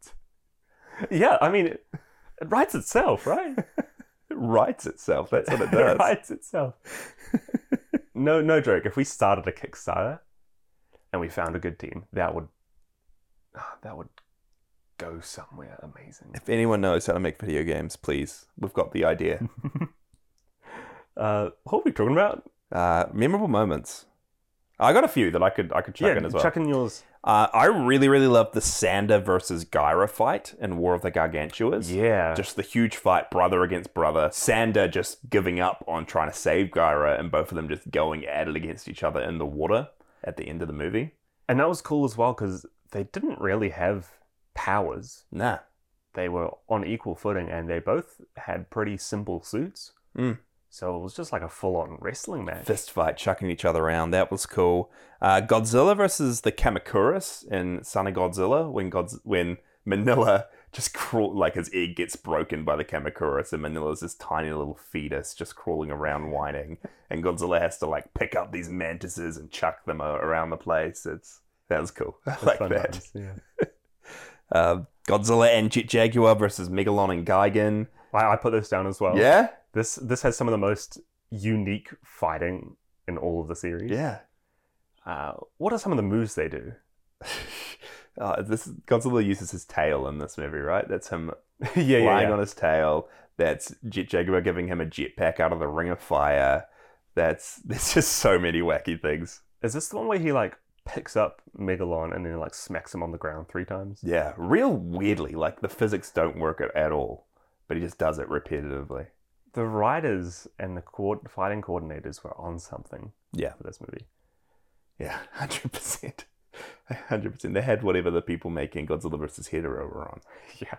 S1: Yeah, I mean, it, it writes itself, right?
S2: It rides itself. That's what it does.
S1: it writes itself. no, no joke. If we started a Kickstarter and we found a good team, that would ah, that would go somewhere amazing.
S2: If anyone knows how to make video games, please. We've got the idea.
S1: Uh, what are we talking about?
S2: uh, memorable moments. I got a few that I could I could chuck in as well.
S1: chuck in yours.
S2: uh, I really really loved the Sander versus Gyra fight in War of the Gargantuas.
S1: Yeah,
S2: Just the huge fight, brother against brother. Sander just giving up on trying to save Gyra, and both of them just going at it against each other in the water at the end of the movie.
S1: and that was cool as well because they didn't really have powers.
S2: Nah,
S1: they were on equal footing and they both had pretty simple suits.
S2: Mm.
S1: So it was just like a full on wrestling match.
S2: fist fight, chucking each other around. That was cool. Uh, Godzilla versus the Kamakuras in Son of Godzilla when God's when Manila just crawl like his egg gets broken by the Kamakuras and Manila's this tiny little fetus just crawling around whining, and Godzilla has to like pick up these mantises and chuck them a- around the place. It's that was cool. I
S1: That's
S2: like
S1: fun
S2: that.
S1: times, yeah.
S2: Uh, Godzilla and Jet Jaguar versus Megalon and Gigan.
S1: I, I put this down as well.
S2: yeah,
S1: This this has some of the most unique fighting in all of the series.
S2: yeah.
S1: Uh, what are some of the moves they do?
S2: Uh, this Godzilla uses his tail in this movie, right? That's him
S1: yeah, yeah,
S2: lying
S1: yeah.
S2: on his tail. That's Jet Jaguar giving him a jetpack out of the Ring of Fire. That's there's just so many wacky things.
S1: Is this the one where he like picks up Megalon and then like smacks him on the ground three times?
S2: Yeah, real weirdly, like the physics don't work at, at all, but he just does it repetitively.
S1: The writers and the coord fighting coordinators were on something.
S2: Yeah.
S1: For this movie.
S2: Yeah, hundred percent, hundred percent. They had whatever the people making Godzilla vs. Hedorah were on.
S1: Yeah.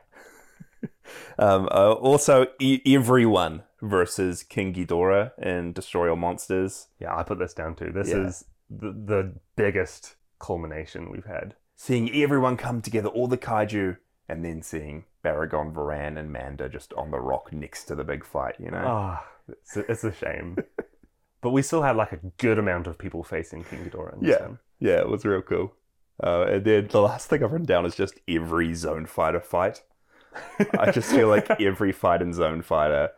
S2: Um, uh, also, e- everyone versus King Ghidorah and Destroy All Monsters.
S1: Yeah, I put this down too. This
S2: Yeah.
S1: is the, the biggest culmination we've had.
S2: seeing everyone come together, all the kaiju, and then seeing Baragon, Varan, and Manda just on the rock next to the big fight, you know?
S1: Ah, it's, a, it's a shame. but we still had like a good amount of people facing King Ghidorah. In this
S2: Yeah.
S1: one.
S2: Yeah, it was real cool. Uh, and then the last thing I've written down is just every zone fighter fight. I just feel like every fight in Zone Fighter,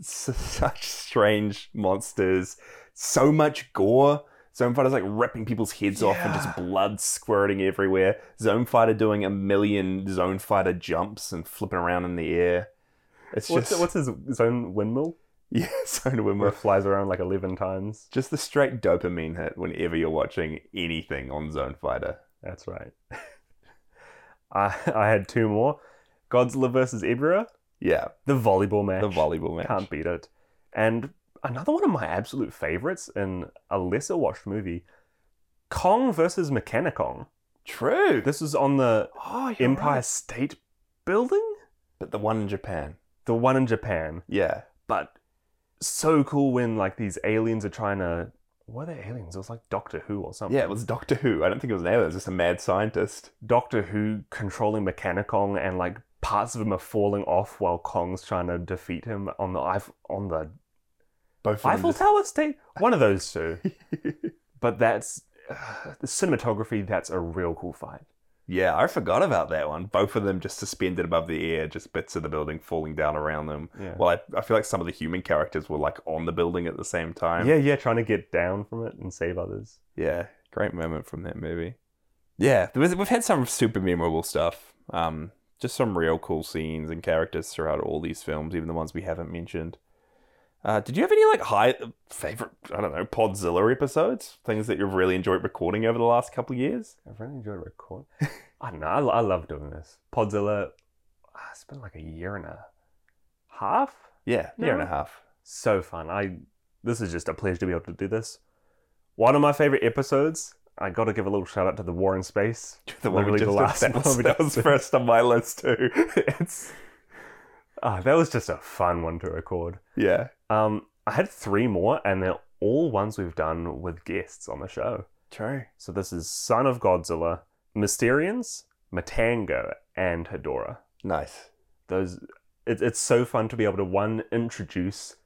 S2: s- such strange monsters, so much gore. Zone Fighter's like ripping people's heads off and just
S1: Yeah.
S2: blood squirting everywhere. Zone Fighter doing a million Zone Fighter jumps and flipping around in the air. It's
S1: what's,
S2: just
S1: what's his his own windmill
S2: yeah, Zone
S1: where
S2: Windmill.
S1: it flies around like eleven times?
S2: Just the straight dopamine hit whenever you're watching anything on Zone Fighter.
S1: That's right. I I had two more: Godzilla versus Ibra,
S2: Yeah,
S1: the volleyball match.
S2: the volleyball match.
S1: Can't beat it. And another one of my absolute favorites in a lesser watched movie, Kong versus Mechanikong.
S2: True.
S1: This was on the
S2: oh, you're
S1: Empire
S2: right.
S1: State Building,
S2: but the one in Japan.
S1: the one in Japan.
S2: Yeah.
S1: But so cool when like these aliens are trying to. Were they aliens? It was like Doctor Who or something.
S2: Yeah, it was Doctor Who. I don't think it was an alien. It was just a mad scientist.
S1: Doctor Who controlling Mechanikong and like parts of him are falling off while Kong's trying to defeat him on the Eif- on the
S2: Both of
S1: Eiffel
S2: them
S1: Tower state. One of those two. uh,
S2: just-
S1: but that's the cinematography. That's a real cool fight.
S2: Yeah, I forgot about that one. Both of them just suspended above the air, just bits of the building falling down around them.
S1: Yeah.
S2: Well, I, I feel like some of the human characters were like on the building at the same time.
S1: yeah, yeah, trying to get down from it and save others.
S2: Yeah, great moment from that movie. Yeah, there was- we've had some super memorable stuff. Um, just some real cool scenes and characters throughout all these films, even the ones we haven't mentioned. Uh, did you have any like high favorite? I don't know Podzilla episodes, things that you've really enjoyed recording over the last couple of years.
S1: I've really enjoyed recording. I don't know. I, lo- I love doing this. Podzilla. ah, It's been like a year and a half.
S2: Yeah, year and a
S1: No.
S2: half.
S1: So fun. I. This is just a pleasure to be able to do this. One of my favorite episodes. I got to give a little shout out to the War in Space.
S2: The one we
S1: Literally
S2: just
S1: the last
S2: that,
S1: one we
S2: that was
S1: just did.
S2: first on my list too. it's
S1: Ah, that was just a fun one to record.
S2: yeah,
S1: Um, I had three more, and they're all ones we've done with guests on the show.
S2: true.
S1: So this is Son of Godzilla, Mysterians, Matango, and Hedora.
S2: Nice.
S1: those it, it's so fun to be able to one introduce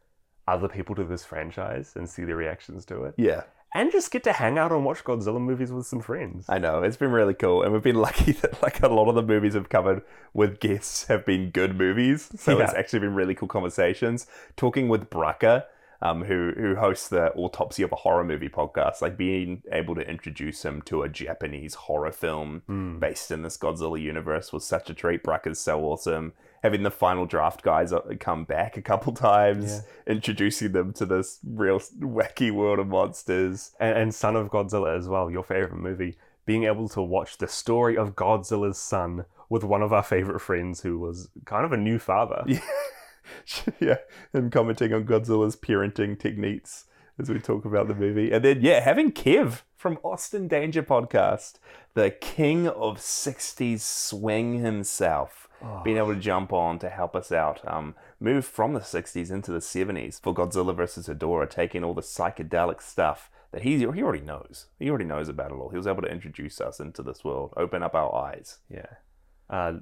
S1: other people to this franchise and see their reactions to it
S2: Yeah,
S1: and just get to hang out and watch godzilla movies with some friends
S2: I know it's been really cool, and we've been lucky that like a lot of the movies we've covered with guests have been good movies. So it's
S1: Yeah.
S2: actually been really cool conversations. Talking with Braca, um, who who hosts the Autopsy of a Horror Movie podcast, like being able to introduce him to a Japanese horror film
S1: Hmm.
S2: based in this Godzilla universe was such a treat. Braca's so awesome. Having the final draft guys uh, come back a couple times, introducing them to this real wacky world of monsters.
S1: and, and son of godzilla as well your favorite movie being able to watch the story of godzilla's son with one of our favorite friends who was kind of a new father
S2: Yeah. yeah, him commenting on Godzilla's parenting techniques as we talk about the movie. And then, yeah, having Kev from Austin Danger Podcast, the king of 60s swing himself,
S1: Oh,
S2: being able to jump on to help us out um, move from the 60s into the 70s for Godzilla versus Hedorah, taking all the psychedelic stuff that he, he already knows. He already knows about it all. He was able to introduce us into this world, open up our eyes.
S1: yeah uh,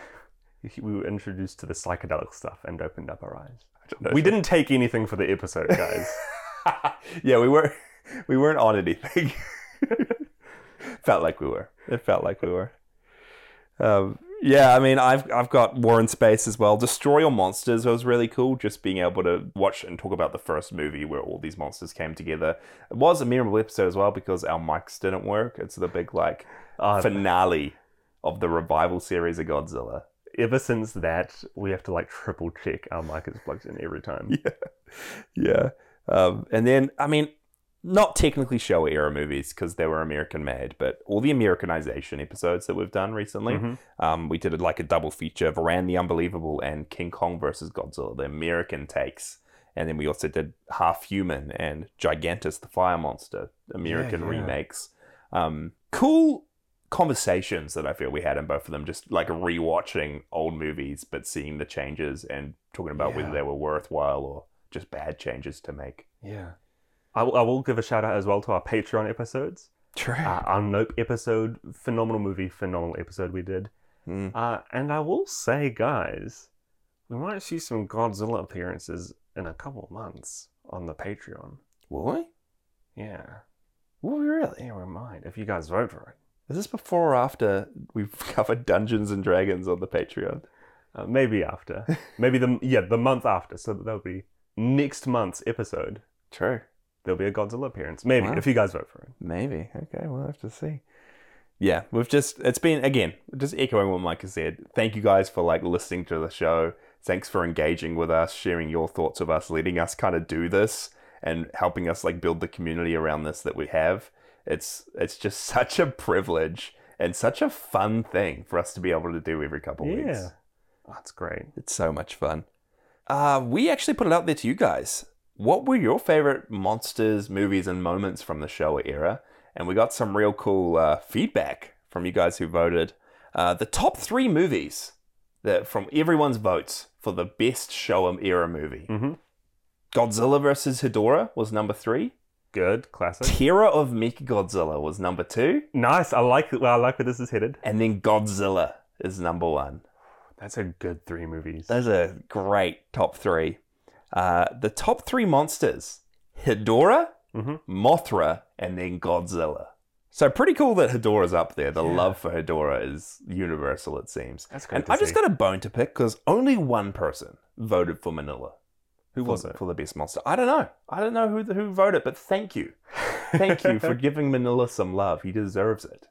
S1: we were introduced to the psychedelic stuff and opened up our eyes
S2: I don't know
S1: we didn't take anything for the episode guys
S2: yeah, we weren't we weren't on anything. felt like we were. It felt like we were. Um, yeah, I mean, I've I've got War in Space as well. Destroy All Monsters was really cool. Just being able to watch and talk about the first movie where all these monsters came together. It was a memorable episode as well because our mics didn't work. It's the big like
S1: Uh,
S2: finale of the revival series of Godzilla.
S1: ever since that, we have to like triple check our mic is plugged in every time.
S2: yeah. Um, and then, I mean, not technically Showa era movies because they were American made, but all the Americanization episodes that we've done recently,
S1: Mhm.
S2: um, we did like a double feature of Ran the Unbelievable and King Kong versus Godzilla, the American takes. And then we also did Half Human and Gigantus the Fire Monster, American
S1: yeah.
S2: remakes. Um, cool conversations that I feel we had in both of them, just like rewatching old movies, but seeing the changes and talking about whether
S1: Yeah.
S2: they were worthwhile or just bad changes to make.
S1: Yeah. I will- I will give a shout out as well to our Patreon episodes.
S2: True.
S1: Uh, our Nope episode, phenomenal movie, phenomenal episode we did.
S2: mm.
S1: Uh, and I will say, guys, we might see some Godzilla appearances in a couple of months on the Patreon.
S2: Will we?
S1: Yeah.
S2: Will we really?
S1: Yeah, we might, if you guys vote for it.
S2: Is this before or after we've covered Dungeons and Dragons on the Patreon?
S1: Uh, maybe after. maybe the, yeah, the month after. So that'll be next month's episode.
S2: True.
S1: there'll be a Godzilla appearance. Maybe
S2: Wow.
S1: if you guys vote for it.
S2: Maybe. Okay, we'll have to see. Yeah, we've just it's been again, just echoing what Mike has said. Thank you guys for like listening to the show. Thanks for engaging with us, sharing your thoughts with us, letting us kind of do this and helping us like build the community around this that we have. It's it's just such a privilege and such a fun thing for us to be able to do every couple of weeks.
S1: Oh, that's great.
S2: It's so much fun. Uh, we actually put it out there to you guys. What were your favorite monsters, movies, and moments from the Showa era? And we got some real cool uh, feedback from you guys who voted. Uh, the top three movies that from everyone's votes for the best Showa era movie.
S1: Mm-hmm.
S2: Godzilla vs. Hedorah was number three.
S1: Good classic.
S2: Terror of Mechagodzilla was number two.
S1: nice. I like well, I like where this is headed.
S2: And then Godzilla is number one.
S1: That's a good three movies.
S2: Those are great top three. Uh, the top three monsters Hedorah,
S1: Mhm.
S2: Mothra, and then Godzilla. So pretty cool that Hedora's up there. The
S1: Yeah.
S2: love for Hedora is universal, it seems.
S1: That's great.
S2: And
S1: to
S2: I just
S1: see.
S2: got a bone to pick because only one person voted for Manila.
S1: Who
S2: for-
S1: was it?
S2: for the best monster? I don't know. I don't know who who voted, but thank you, thank you for giving Manila some love. He deserves it.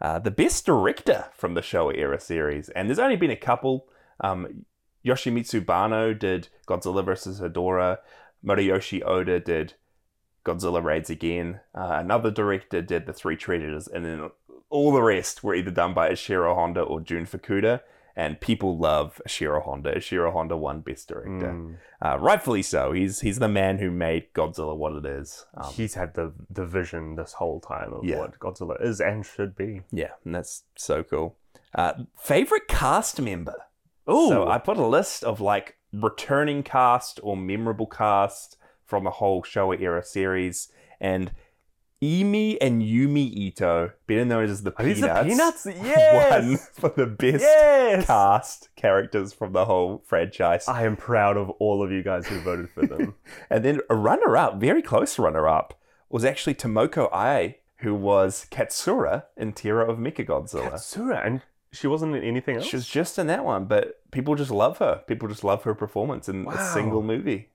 S2: Uh, the best director from the Showa era series, and there's only been a couple. Um, Yoshimitsu Bano did Godzilla vs. Hedora. Moriyoshi Oda did Godzilla Raids Again. Uh, another director did The Three Treasures, and then all the rest were either done by Ishiro Honda or Jun Fukuda. And people love Ishiro Honda. Ishiro Honda won Best Director.
S1: Mm.
S2: Uh, rightfully so. He's he's the man who made Godzilla what it is. Um,
S1: Mm. He's had the the vision this whole time of
S2: Yeah.
S1: what Godzilla is and should be.
S2: yeah, and that's so cool. Uh, favorite cast member.
S1: Ooh.
S2: so I put a list of like returning cast or memorable cast from the whole Showa era series, and Emi and Yumi Ito, better known as the
S1: Are these
S2: Peanuts,
S1: the peanuts?
S2: won
S1: Yes.
S2: for the best
S1: Yes.
S2: cast characters from the whole franchise.
S1: I am proud of all of you guys who voted for them.
S2: And then a runner up, very close runner up, was actually Tomoko Ai, who was Katsura in Terror of Mechagodzilla.
S1: Katsura, and she wasn't in anything else.
S2: She was just in that one, but people just love her. People just love her performance in
S1: Wow.
S2: a single movie.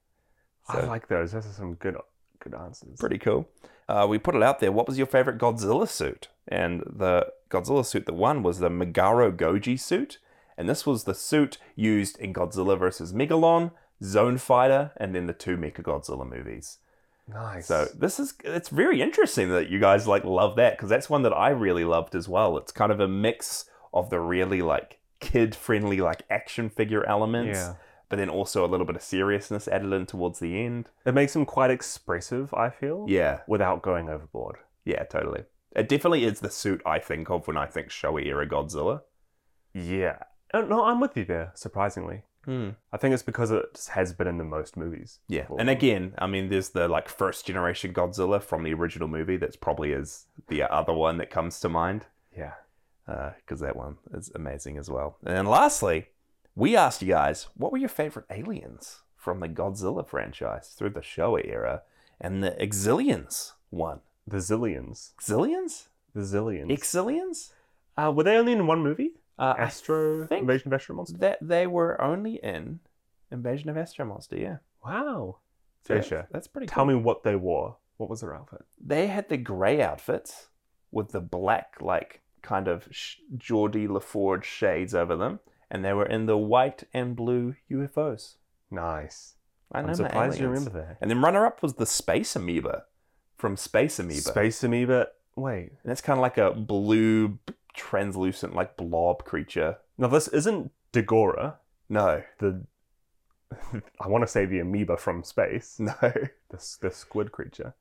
S2: So
S1: I like those. Those are some good good answers.
S2: pretty cool. Uh, we put it out there. What was your favorite Godzilla suit? And the Godzilla suit that won was the Megaro Goji suit. And this was the suit used in Godzilla vs. Megalon, Zone Fighter, and then the two Mechagodzilla movies.
S1: nice.
S2: So this is it's very interesting that you guys like love that because that's one that I really loved as well. It's kind of a mix of the really like kid friendly like action figure elements,
S1: yeah,
S2: but then also a little bit of seriousness added in towards the end.
S1: it makes them quite expressive. I feel.
S2: Yeah,
S1: Without going overboard.
S2: yeah, totally. It definitely is the suit I think of when I think Showa era Godzilla.
S1: Yeah. Oh, no, I'm with you there. Surprisingly, I think it's because it just has been in the most movies.
S2: Yeah,
S1: Well-
S2: and again, I mean, there's the like first generation Godzilla from the original movie. That's probably is the other one that comes to mind.
S1: Yeah.
S2: because uh, that one is amazing as well. And then lastly, we asked you guys what were your favorite aliens from the Godzilla franchise through the Showa era, and the Exilians one.
S1: The zillions.
S2: Exilians?
S1: The zillions.
S2: Exilians?
S1: uh, were they only in one movie?
S2: Uh, I
S1: Astro
S2: think-
S1: Invasion of Astro Monster.
S2: that they were only in Invasion of Astro Monster. Yeah,
S1: Wow.
S2: So
S1: Fisher,
S2: that's- That's pretty.
S1: tell
S2: cool.
S1: me what they wore. What was their outfit?
S2: they had the grey outfits with the black, like kind of sh- Geordie LaForge shades over them, and they were in the white and blue UFOs.
S1: Nice.
S2: I know
S1: I'm
S2: my
S1: surprised you
S2: aliens.
S1: remember that.
S2: And then runner up was the Space Amoeba from Space Amoeba.
S1: Space amoeba. Wait.
S2: And that's kind of like a blue, b- translucent, like blob creature.
S1: Now this isn't Dagora.
S2: No,
S1: The I want to say the amoeba from space.
S2: no.
S1: The s- the squid creature.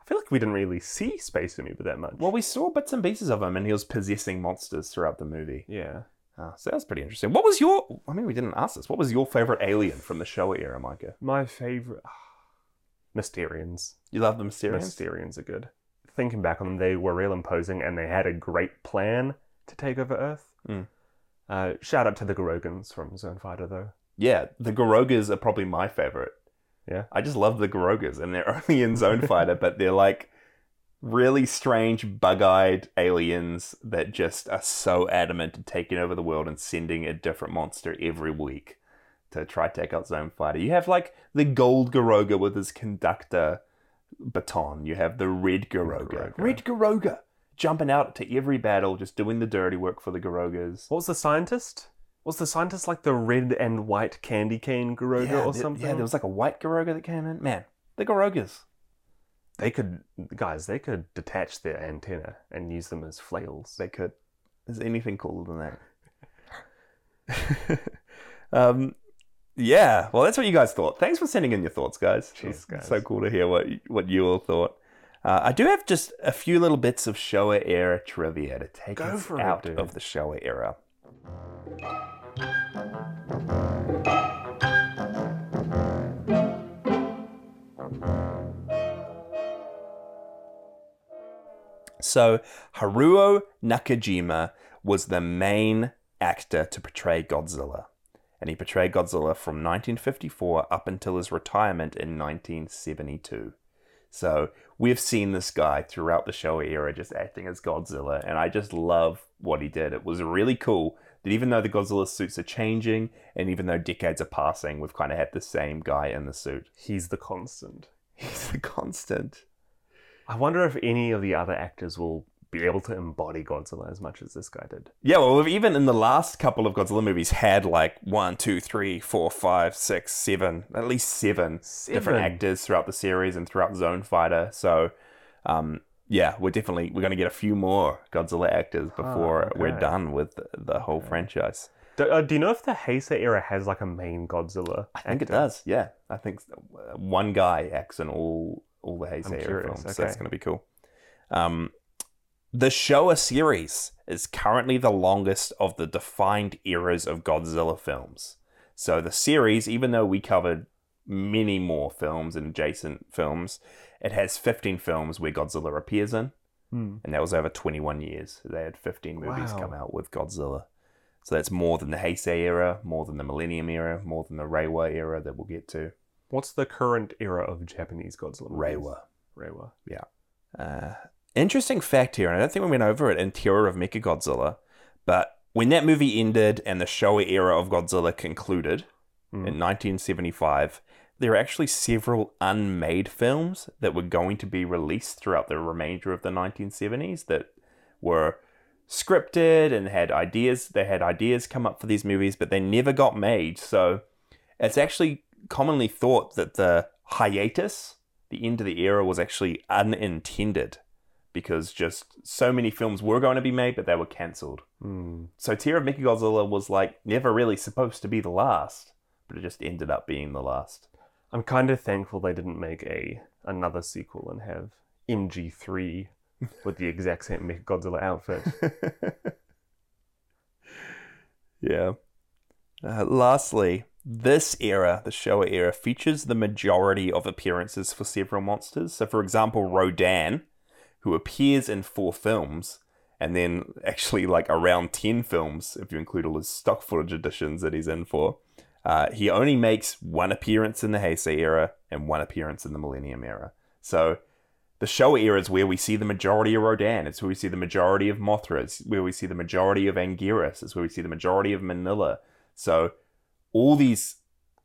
S1: I feel like we didn't really see space amoeba that much.
S2: Well, we saw bits and pieces of him, and he was possessing monsters throughout the movie.
S1: yeah.
S2: Uh, so that was pretty interesting. What was your? I mean, we didn't ask this. What was your favorite alien from the Showa era, Micah?
S1: My favorite. ah, Mysterians.
S2: You love the Mysterians.
S1: Mysterians are good. Thinking back on them, they were real imposing and they had a great plan to take over Earth.
S2: Mm.
S1: Uh, shout out to the Gorogans from Zone Fighter, though.
S2: yeah, the Gorogas are probably my favorite.
S1: Yeah?
S2: I just love the Gorogas, and they're only in Zone Fighter, but they're like really strange, bug-eyed aliens that just are so adamant to taking over the world and sending a different monster every week to try take out Zone Fighter. You have like the gold Goroga with his conductor baton. You have the red Goroga.
S1: Goroga.
S2: Red Goroga jumping out to every battle, just doing the dirty work for the Gorogas.
S1: What was the scientist? Was the scientist like the red and white candy cane Garoga
S2: yeah,
S1: or
S2: th-
S1: something?
S2: Yeah, there was like a white Garoga that came in. Man, the Garogas.
S1: They could, guys, they could detach their antenna and use them as flails.
S2: They could. Is anything cooler than that? um, yeah. Well, that's what you guys thought. Thanks for sending in your thoughts, guys.
S1: Cheers,
S2: It's
S1: guys.
S2: So cool to hear what what you all thought. Uh, I do have just a few little bits of Showa era trivia to take
S1: Go
S2: us
S1: for it,
S2: out
S1: dude.
S2: of the Showa era. So Haruo Nakajima was the main actor to portray Godzilla. And he portrayed Godzilla from 1954 up until his retirement in 1972. So we've seen this guy throughout the Showa era just acting as Godzilla, and I just love what he did. It was really cool that even though the Godzilla suits are changing, and even though decades are passing, we've kind of had the same guy in the suit.
S1: He's the constant.
S2: He's the constant.
S1: I wonder if any of the other actors will be able to embody Godzilla as much as this guy did.
S2: Yeah, well, we've even in the last couple of Godzilla movies had like one, two, three, four, five, six, seven, at least seven,
S1: Seven.
S2: different actors throughout the series and throughout Zone Fighter. So, um, yeah, we're definitely we're going to get a few more Godzilla actors
S1: Huh,
S2: before
S1: Ah, okay.
S2: we're done with the, the whole
S1: Okay.
S2: franchise.
S1: Do, uh, do you know if the Heisei era has like a main Godzilla?
S2: I think it
S1: actor?
S2: does. Yeah, I think s- uh, one guy acts in all all the Heisei era
S1: curious,
S2: films. So that's
S1: okay.
S2: going to be cool. Um, the Showa series is currently the longest of the defined eras of Godzilla films. So the series, even though we covered many more films and adjacent films, it has 15 films where Godzilla appears in
S1: Hmm.
S2: and that was over 21 years. They had 15 movies
S1: Wow.
S2: come out with Godzilla. So that's more than the Heisei era, more than the Millennium era, more than the Reiwa era that we'll get to.
S1: What's the current era of Japanese Godzilla? movies?
S2: Reiwa.
S1: Reiwa.
S2: Uh, interesting fact here, and I don't think we went over it in Terror of Mechagodzilla, but when that movie ended and the Showa era of Godzilla concluded
S1: Hmm.
S2: in 1975, there were actually several unmade films that were going to be released throughout the remainder of the 1970s that were scripted and had ideas. They had ideas come up for these movies, but they never got made. So it's actually commonly thought that the hiatus, the end of the era, was actually unintended because just so many films were going to be made, but they were cancelled.
S1: Hmm.
S2: So Tear of Mickey Godzilla was like never really supposed to be the last, but it just ended up being the last.
S1: I'm kind of thankful they didn't make a another sequel and have MG3 with the exact same Godzilla outfit.
S2: yeah. Uh, lastly, this era, the Showa era, features the majority of appearances for several monsters. So, for example, Rodan, who appears in four films, and then actually like around 10 films, if you include all his stock footage editions that he's in for, uh, he only makes one appearance in the Heisei era and one appearance in the Millennium era. So, the Showa era is where we see the majority of Rodan. It's where we see the majority of Mothra. It's where we see the majority of Anguirus. It's where we see the majority of Manila. So all these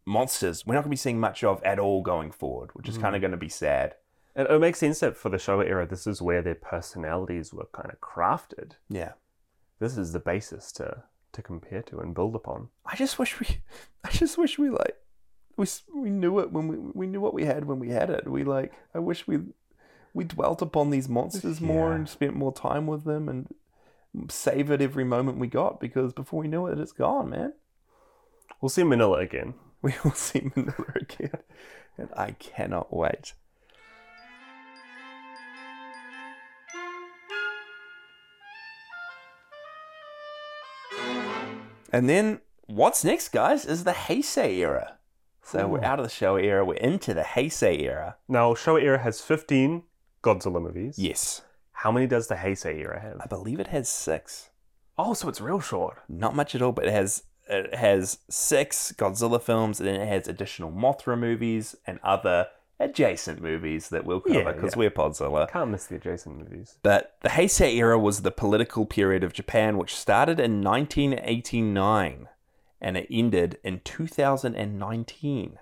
S2: monsters we're not going to be seeing much of at all going forward, which is
S1: Mm.
S2: kind of going to be sad.
S1: And it makes sense that for the Showa era, this is where their personalities were kind of crafted.
S2: Yeah.
S1: This is the basis to to compare to and build upon.
S2: I just wish we, I just wish we like, we s- we knew it when we we knew what we had when we had it. We like, I wish we, we dwelt upon these monsters more
S1: Yeah.
S2: and spent more time with them and savored every moment we got because before we knew it, it's gone, man.
S1: We'll see Manila again.
S2: We will see Manila again, and I cannot wait. And then what's next, guys, is the Heisei era. So we're
S1: Ooh.
S2: out of the show era, we're into the Heisei era.
S1: Now, Showa era has 15 Godzilla movies.
S2: Yes.
S1: How many does the Heisei era
S2: I
S1: have?
S2: believe it has six.
S1: Oh, so it's real short.
S2: Not much at all, but it has it has six Godzilla films, and then it has additional Mothra movies and other adjacent movies that we'll cover
S1: Yeah,
S2: because
S1: yeah.
S2: we're Podzilla.
S1: Can't miss the adjacent movies.
S2: But the Heisei era was the political period of Japan, which started in 1989 and it ended in 2019.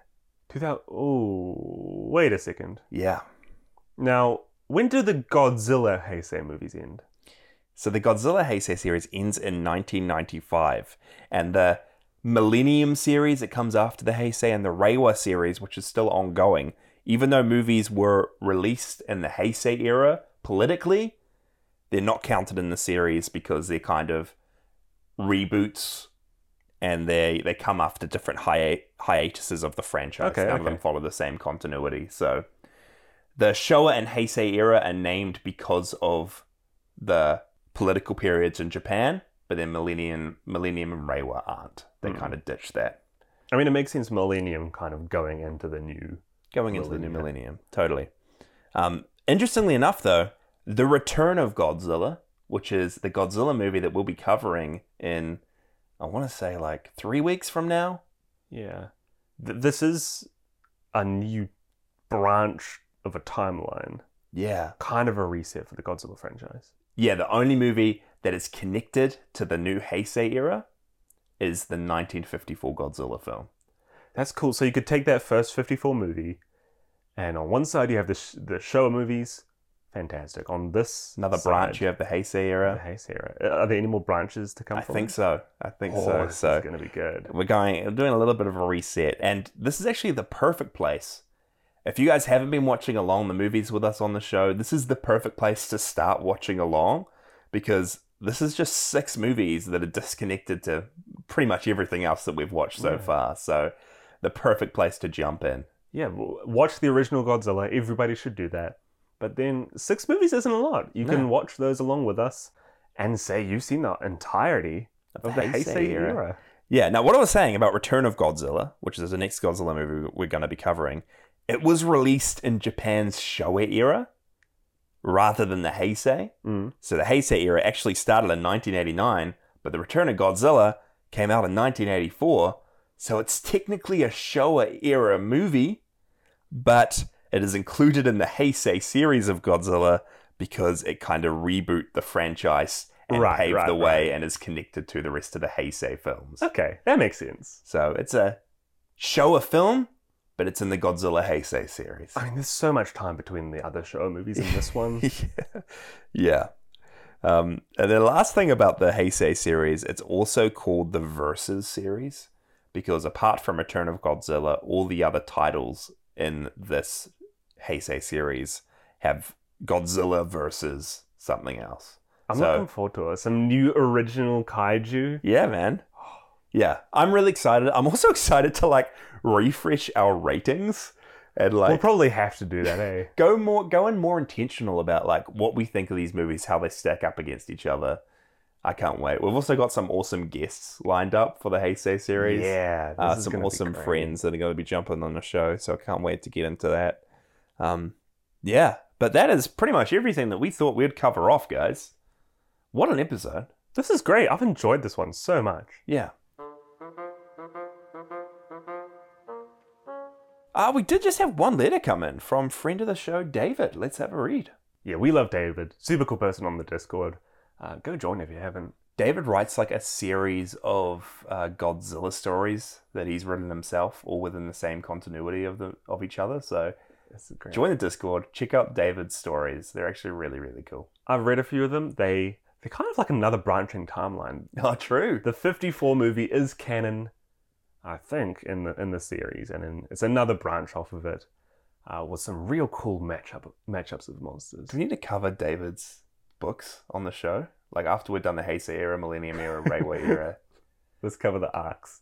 S1: 2000. Oh, wait a second.
S2: Yeah.
S1: Now, when do the Godzilla Heisei movies end?
S2: So the Godzilla Heisei series ends in 1995, and the Millennium series that comes after the Heisei and the Reiwa series, which is still ongoing, even though movies were released in the Heisei era politically, they're not counted in the series because they're kind of reboots and they they come after different hiat- hiatuses of the franchise.
S1: Okay,
S2: None of them
S1: okay.
S2: follow the same continuity. So the Showa and Heisei era are named because of the political periods in Japan, but then Millennium, Millennium and Reiwa aren't. They
S1: Hmm.
S2: kind of ditch that
S1: I mean, it makes sense Millennium kind of going into the new.
S2: going into the new
S1: Millennium.
S2: millennium. Totally. Um, interestingly enough, though, the return of Godzilla, which is the Godzilla movie that we'll be covering in, I want to say like three weeks from now.
S1: Yeah. Th- this is a new branch of a timeline,
S2: Yeah.
S1: kind of a reset for the Godzilla franchise.
S2: Yeah, the only movie that is connected to the new Heisei era is the 1954 Godzilla film.
S1: That's cool. So you could take that first 54 movie, and on one side you have the, sh- the Showa movies. Fantastic. On this
S2: Another
S1: side,
S2: branch, you have the Heisei
S1: the
S2: era.
S1: Heisei era. Uh, Are there any more branches to come
S2: I
S1: from?
S2: think so. I think
S1: oh,
S2: so.
S1: This
S2: So
S1: is going to be good.
S2: we're going doing a little bit of a reset and this is actually the perfect place if you guys haven't been watching along the movies with us on the show this is the perfect place to start watching along because this is just six movies that are disconnected to pretty much everything else that we've watched so
S1: Yeah.
S2: far so the perfect place to jump in
S1: Yeah, w- watch the original Godzilla. Everybody should do that. But then six movies isn't a lot. You
S2: No.
S1: can watch those along with us and say you've seen the entirety of the Heisei era.
S2: Yeah, now what I was saying about Return of Godzilla, which is the next Godzilla movie we're going to be covering, it was released in Japan's Showa era rather than the Heisei.
S1: Mm.
S2: So the Heisei era actually started in 1989, but the Return of Godzilla came out in 1984. So it's technically a Showa era movie, but it is included in the Heisei series of Godzilla because it kind of reboot the franchise and
S1: Right,
S2: paved
S1: right, Oh.
S2: the way and is connected to the rest of the Heisei films.
S1: Okay, that makes sense.
S2: So it's a Showa film, but it's in the Godzilla Heisei series.
S1: I mean, there's so much time between the other show movies and this one.
S2: yeah. yeah. Um, and the last thing about the Heisei series, it's also called the Versus series because apart from Return of Godzilla, all the other titles in this Heisei series have Godzilla versus something else.
S1: I'm
S2: So-
S1: looking forward to it. Some new original kaiju.
S2: Yeah, man. Yeah, I'm really excited. I'm also excited to like refresh our ratings and like
S1: we'll probably have to do that, eh?
S2: go more go in more intentional about like what we think of these movies how they stack up against each other i can't wait we've also got some awesome guests lined up for the heisei series
S1: Yeah, this
S2: uh,
S1: is
S2: some
S1: gonna be
S2: awesome
S1: great.
S2: friends that are going to be jumping on the show so i can't wait to get into that um, yeah but that is pretty much everything that we thought we'd cover off guys what an episode
S1: This is great. I've enjoyed this one so much.
S2: yeah Uh, we did just have one letter come in from friend of the show, David. Let's have a read.
S1: Yeah, we love David. Super cool person on the Discord. Uh, go join if you haven't.
S2: David writes like a series of uh, Godzilla stories that he's written himself, all within the same continuity of the of each other. So
S1: It's great.
S2: join the Discord, check out David's stories. They're actually really really cool.
S1: I've read a few of them. They they're kind of like another branching timeline.
S2: Oh, true.
S1: The 54 movie is canon, I think, in the in the series, and in, it's another branch off of it uh, with some real cool matchup matchups of monsters.
S2: Do we need to cover David's books on the show? Like after we're done the Heisei era, Millennium era, Reiwa era,
S1: Let's cover the arcs.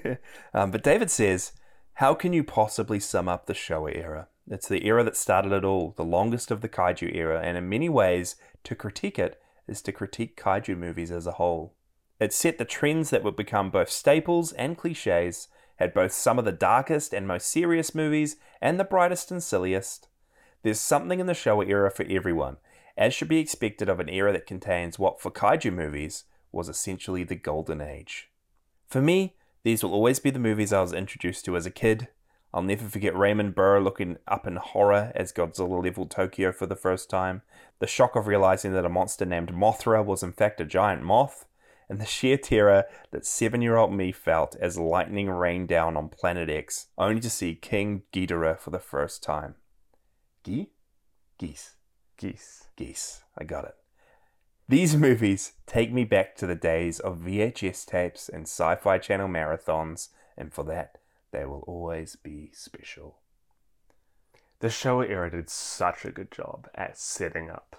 S2: um, but David says, How can you possibly sum up the Showa era? It's the era that started it all, the longest of the kaiju era, and in many ways, to critique it is to critique kaiju movies as a whole. It set the trends that would become both staples and cliches, had both some of the darkest and most serious movies and the brightest and silliest. There's something in the Showa era for everyone, as should be expected of an era that contains what, for kaiju movies, was essentially the golden age. For me, these will always be the movies I was introduced to as a kid. I'll never forget Raymond Burr looking up in horror as Godzilla leveled Tokyo for the first time, the shock of realizing that a monster named Mothra was in fact a giant moth, and the sheer terror that seven year old me felt as lightning rained down on Planet X, only to see King Ghidorah for the first time. Gee? Geese
S1: Geese.
S2: geese. I got it. These movies take me back to the days of VHS tapes and sci fi channel marathons, and for that, they will always be special.
S1: The Showa era did such a good job at setting up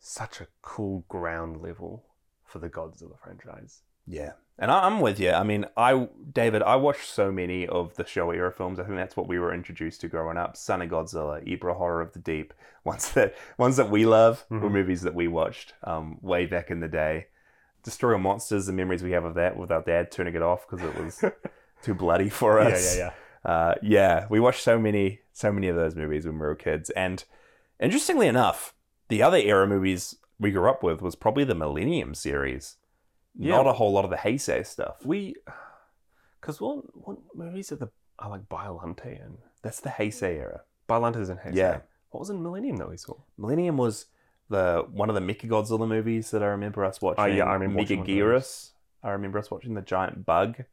S1: such a cool ground level for the Godzilla franchise.
S2: Yeah. And I- I'm with you. I mean, I, David, I watched so many of the Showa era films. I think that's what we were introduced to growing up. Son of Godzilla, Ibra Horror of the Deep, ones that, ones that we love were
S1: Mhm.
S2: movies that we watched um, way back in the day. Destroy All Monsters, the memories we have of that with our dad turning it off because it was too bloody for us.
S1: Yeah, yeah, yeah.
S2: Uh, yeah, we watched so many, so many of those movies when we were kids, and interestingly enough, the other era movies we grew up with was probably the Millennium series.
S1: Yeah.
S2: Not a whole lot of the Heisei stuff.
S1: We, because what what movies are the are like Biollante and
S2: That's the Heisei era.
S1: Bylanders and Hayes.
S2: Yeah.
S1: right? What was in Millennium that we saw?
S2: Millennium was the one of the Mecha Godzilla movies that I remember us watching.
S1: Oh, yeah, I remember watching one of
S2: Megaguirus. I remember us watching the giant bug.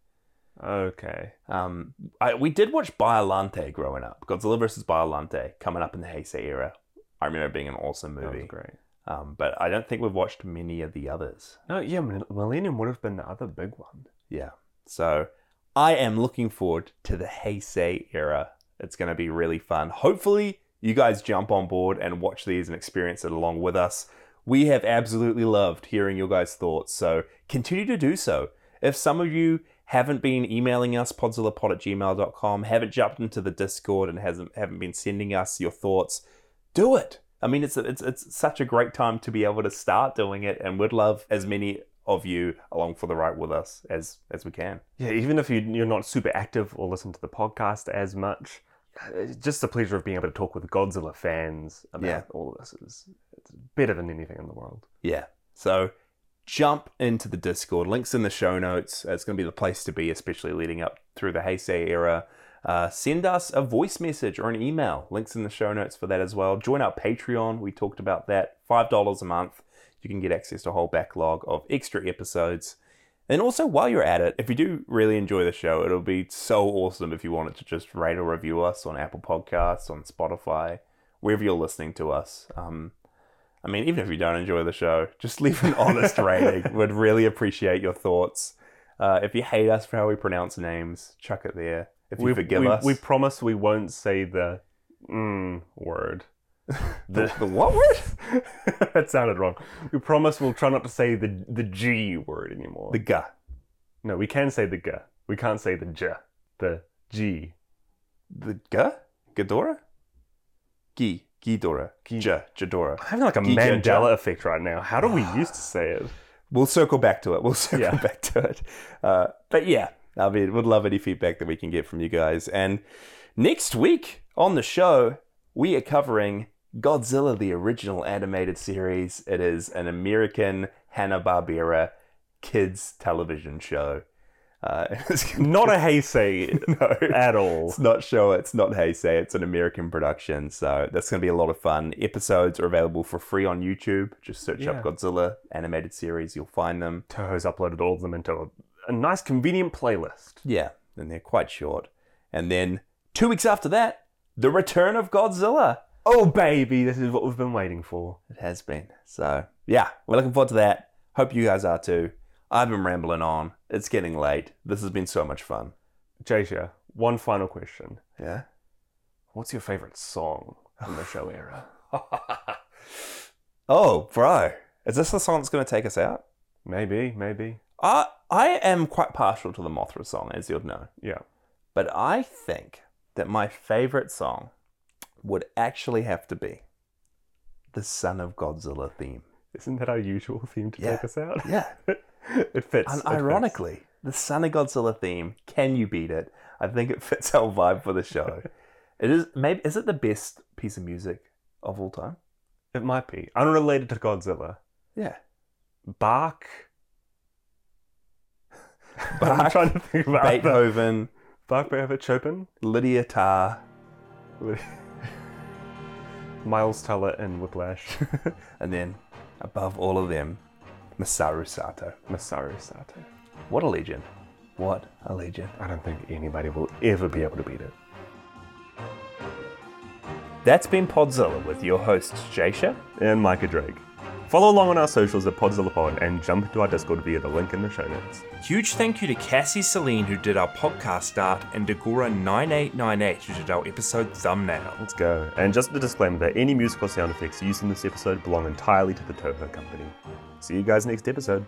S1: Okay.
S2: Um, I, we did watch Biolante growing up. Godzilla versus Biolante coming up in the Heisei era. I remember it being an awesome
S1: That was
S2: movie.
S1: great.
S2: Um, but I don't think we've watched many of the others.
S1: No, yeah, Mil- Millennium would have been the other big one.
S2: Yeah. So I am looking forward to the Heisei era. It's going to be really fun. Hopefully, you guys jump on board and watch these and experience it along with us. We have absolutely loved hearing your guys' thoughts, so continue to do so. If some of you haven't been emailing us, podzillapod at gmail.com, haven't jumped into the Discord and hasn't, haven't been sending us your thoughts, do it. I mean, it's, it's, it's such a great time to be able to start doing it, and we'd love as many of you along for the ride with us as, as we can.
S1: Yeah, even if you, you're not super active or listen to the podcast as much, it's just the pleasure of being able to talk with Godzilla fans about
S2: Yeah.
S1: all of this is it's better than anything in the world.
S2: Yeah. So jump into the Discord. Links in the show notes. It's going to be the place to be, especially leading up through the Heisei era. Uh, send us a voice message or an email. Links in the show notes for that as well. Join our Patreon. We talked about that. $5 a month. You can get access to a whole backlog of extra episodes. And also, while you're at it, if you do really enjoy the show, it'll be so awesome if you wanted to just rate or review us on Apple Podcasts, on Spotify, wherever you're listening to us. Um, I mean, even if you don't enjoy the show, just leave an honest rating. We'd really appreciate your thoughts. Uh, if you hate us for how we pronounce names, chuck it there. If you
S1: we,
S2: forgive
S1: we,
S2: us,
S1: we promise we won't say the mm word.
S2: the, the what word?
S1: that sounded wrong. We promise we'll try not to say the the G word anymore.
S2: The guh.
S1: no, we can say the G. We can't say the J. The G.
S2: The guh? Ghidorah? Gi. Ghidorah.
S1: Gi-
S2: Ja. Jadora.
S1: I'm having like a
S2: Gi- ja- ja.
S1: Mandela effect right now. How do we used to say it?
S2: We'll circle back to it. We'll circle
S1: Yeah.
S2: back to it. Uh, but yeah, I mean, would love any feedback that we can get from you guys. And next week on the show, we are covering Godzilla, the original animated series. It is an American Hanna Barbera kids television show. Uh, it's gonna-
S1: Not a Heisei
S2: no,
S1: at all.
S2: it's not show. It's not Heisei. It's an American production. So that's going to be a lot of fun. Episodes are available for free on YouTube. Just search
S1: Yeah.
S2: up Godzilla animated series. You'll find them.
S1: Toho's uploaded all of them into a, a nice, convenient playlist.
S2: Yeah, and they're quite short. And then two weeks after that, the return of Godzilla.
S1: Oh, baby, this is what we've been waiting for.
S2: It has been. So yeah, we're looking forward to that. Hope you guys are too. I've been rambling on. It's getting late. This has been so much fun.
S1: Jasha, one final question.
S2: Yeah.
S1: What's your favorite song from the show era?
S2: oh, bro, is this the song that's going to take us out?
S1: Maybe, maybe.
S2: I I am quite partial to the Mothra song, as you'll know.
S1: Yeah.
S2: But I think that my favorite song would actually have to be the Son of Godzilla theme.
S1: Isn't that our usual theme to
S2: Yeah.
S1: take us out?
S2: Yeah.
S1: it fits.
S2: And
S1: it fits.
S2: ironically, the Son of Godzilla theme, can you beat it? I think it fits our vibe for the show. it is maybe is it the best piece of music of all time?
S1: It might be. Unrelated to Godzilla.
S2: Yeah.
S1: Bach. But I'm
S2: Bach,
S1: trying to think about the-
S2: Beethoven,
S1: Bach, Beethoven, Chopin,
S2: Lydia Tarr.
S1: Miles Teller, and Whiplash.
S2: and then above all of them, Masaru Sato.
S1: Masaru Sato.
S2: What a legend. What a legend.
S1: I don't think anybody will ever be able to beat it.
S2: That's been Podzilla with your hosts, Jasha.
S1: and Micah Drake. Follow along on our socials at PodzilloPod and jump into our Discord via the link in the show notes.
S2: Huge thank you to Cassie Celine, who did our podcast art, and Dagora9898, who did our episode thumbnail.
S1: Let's go. And just a disclaimer that any musical sound effects used in this episode belong entirely to the Toho Company. See you guys next episode.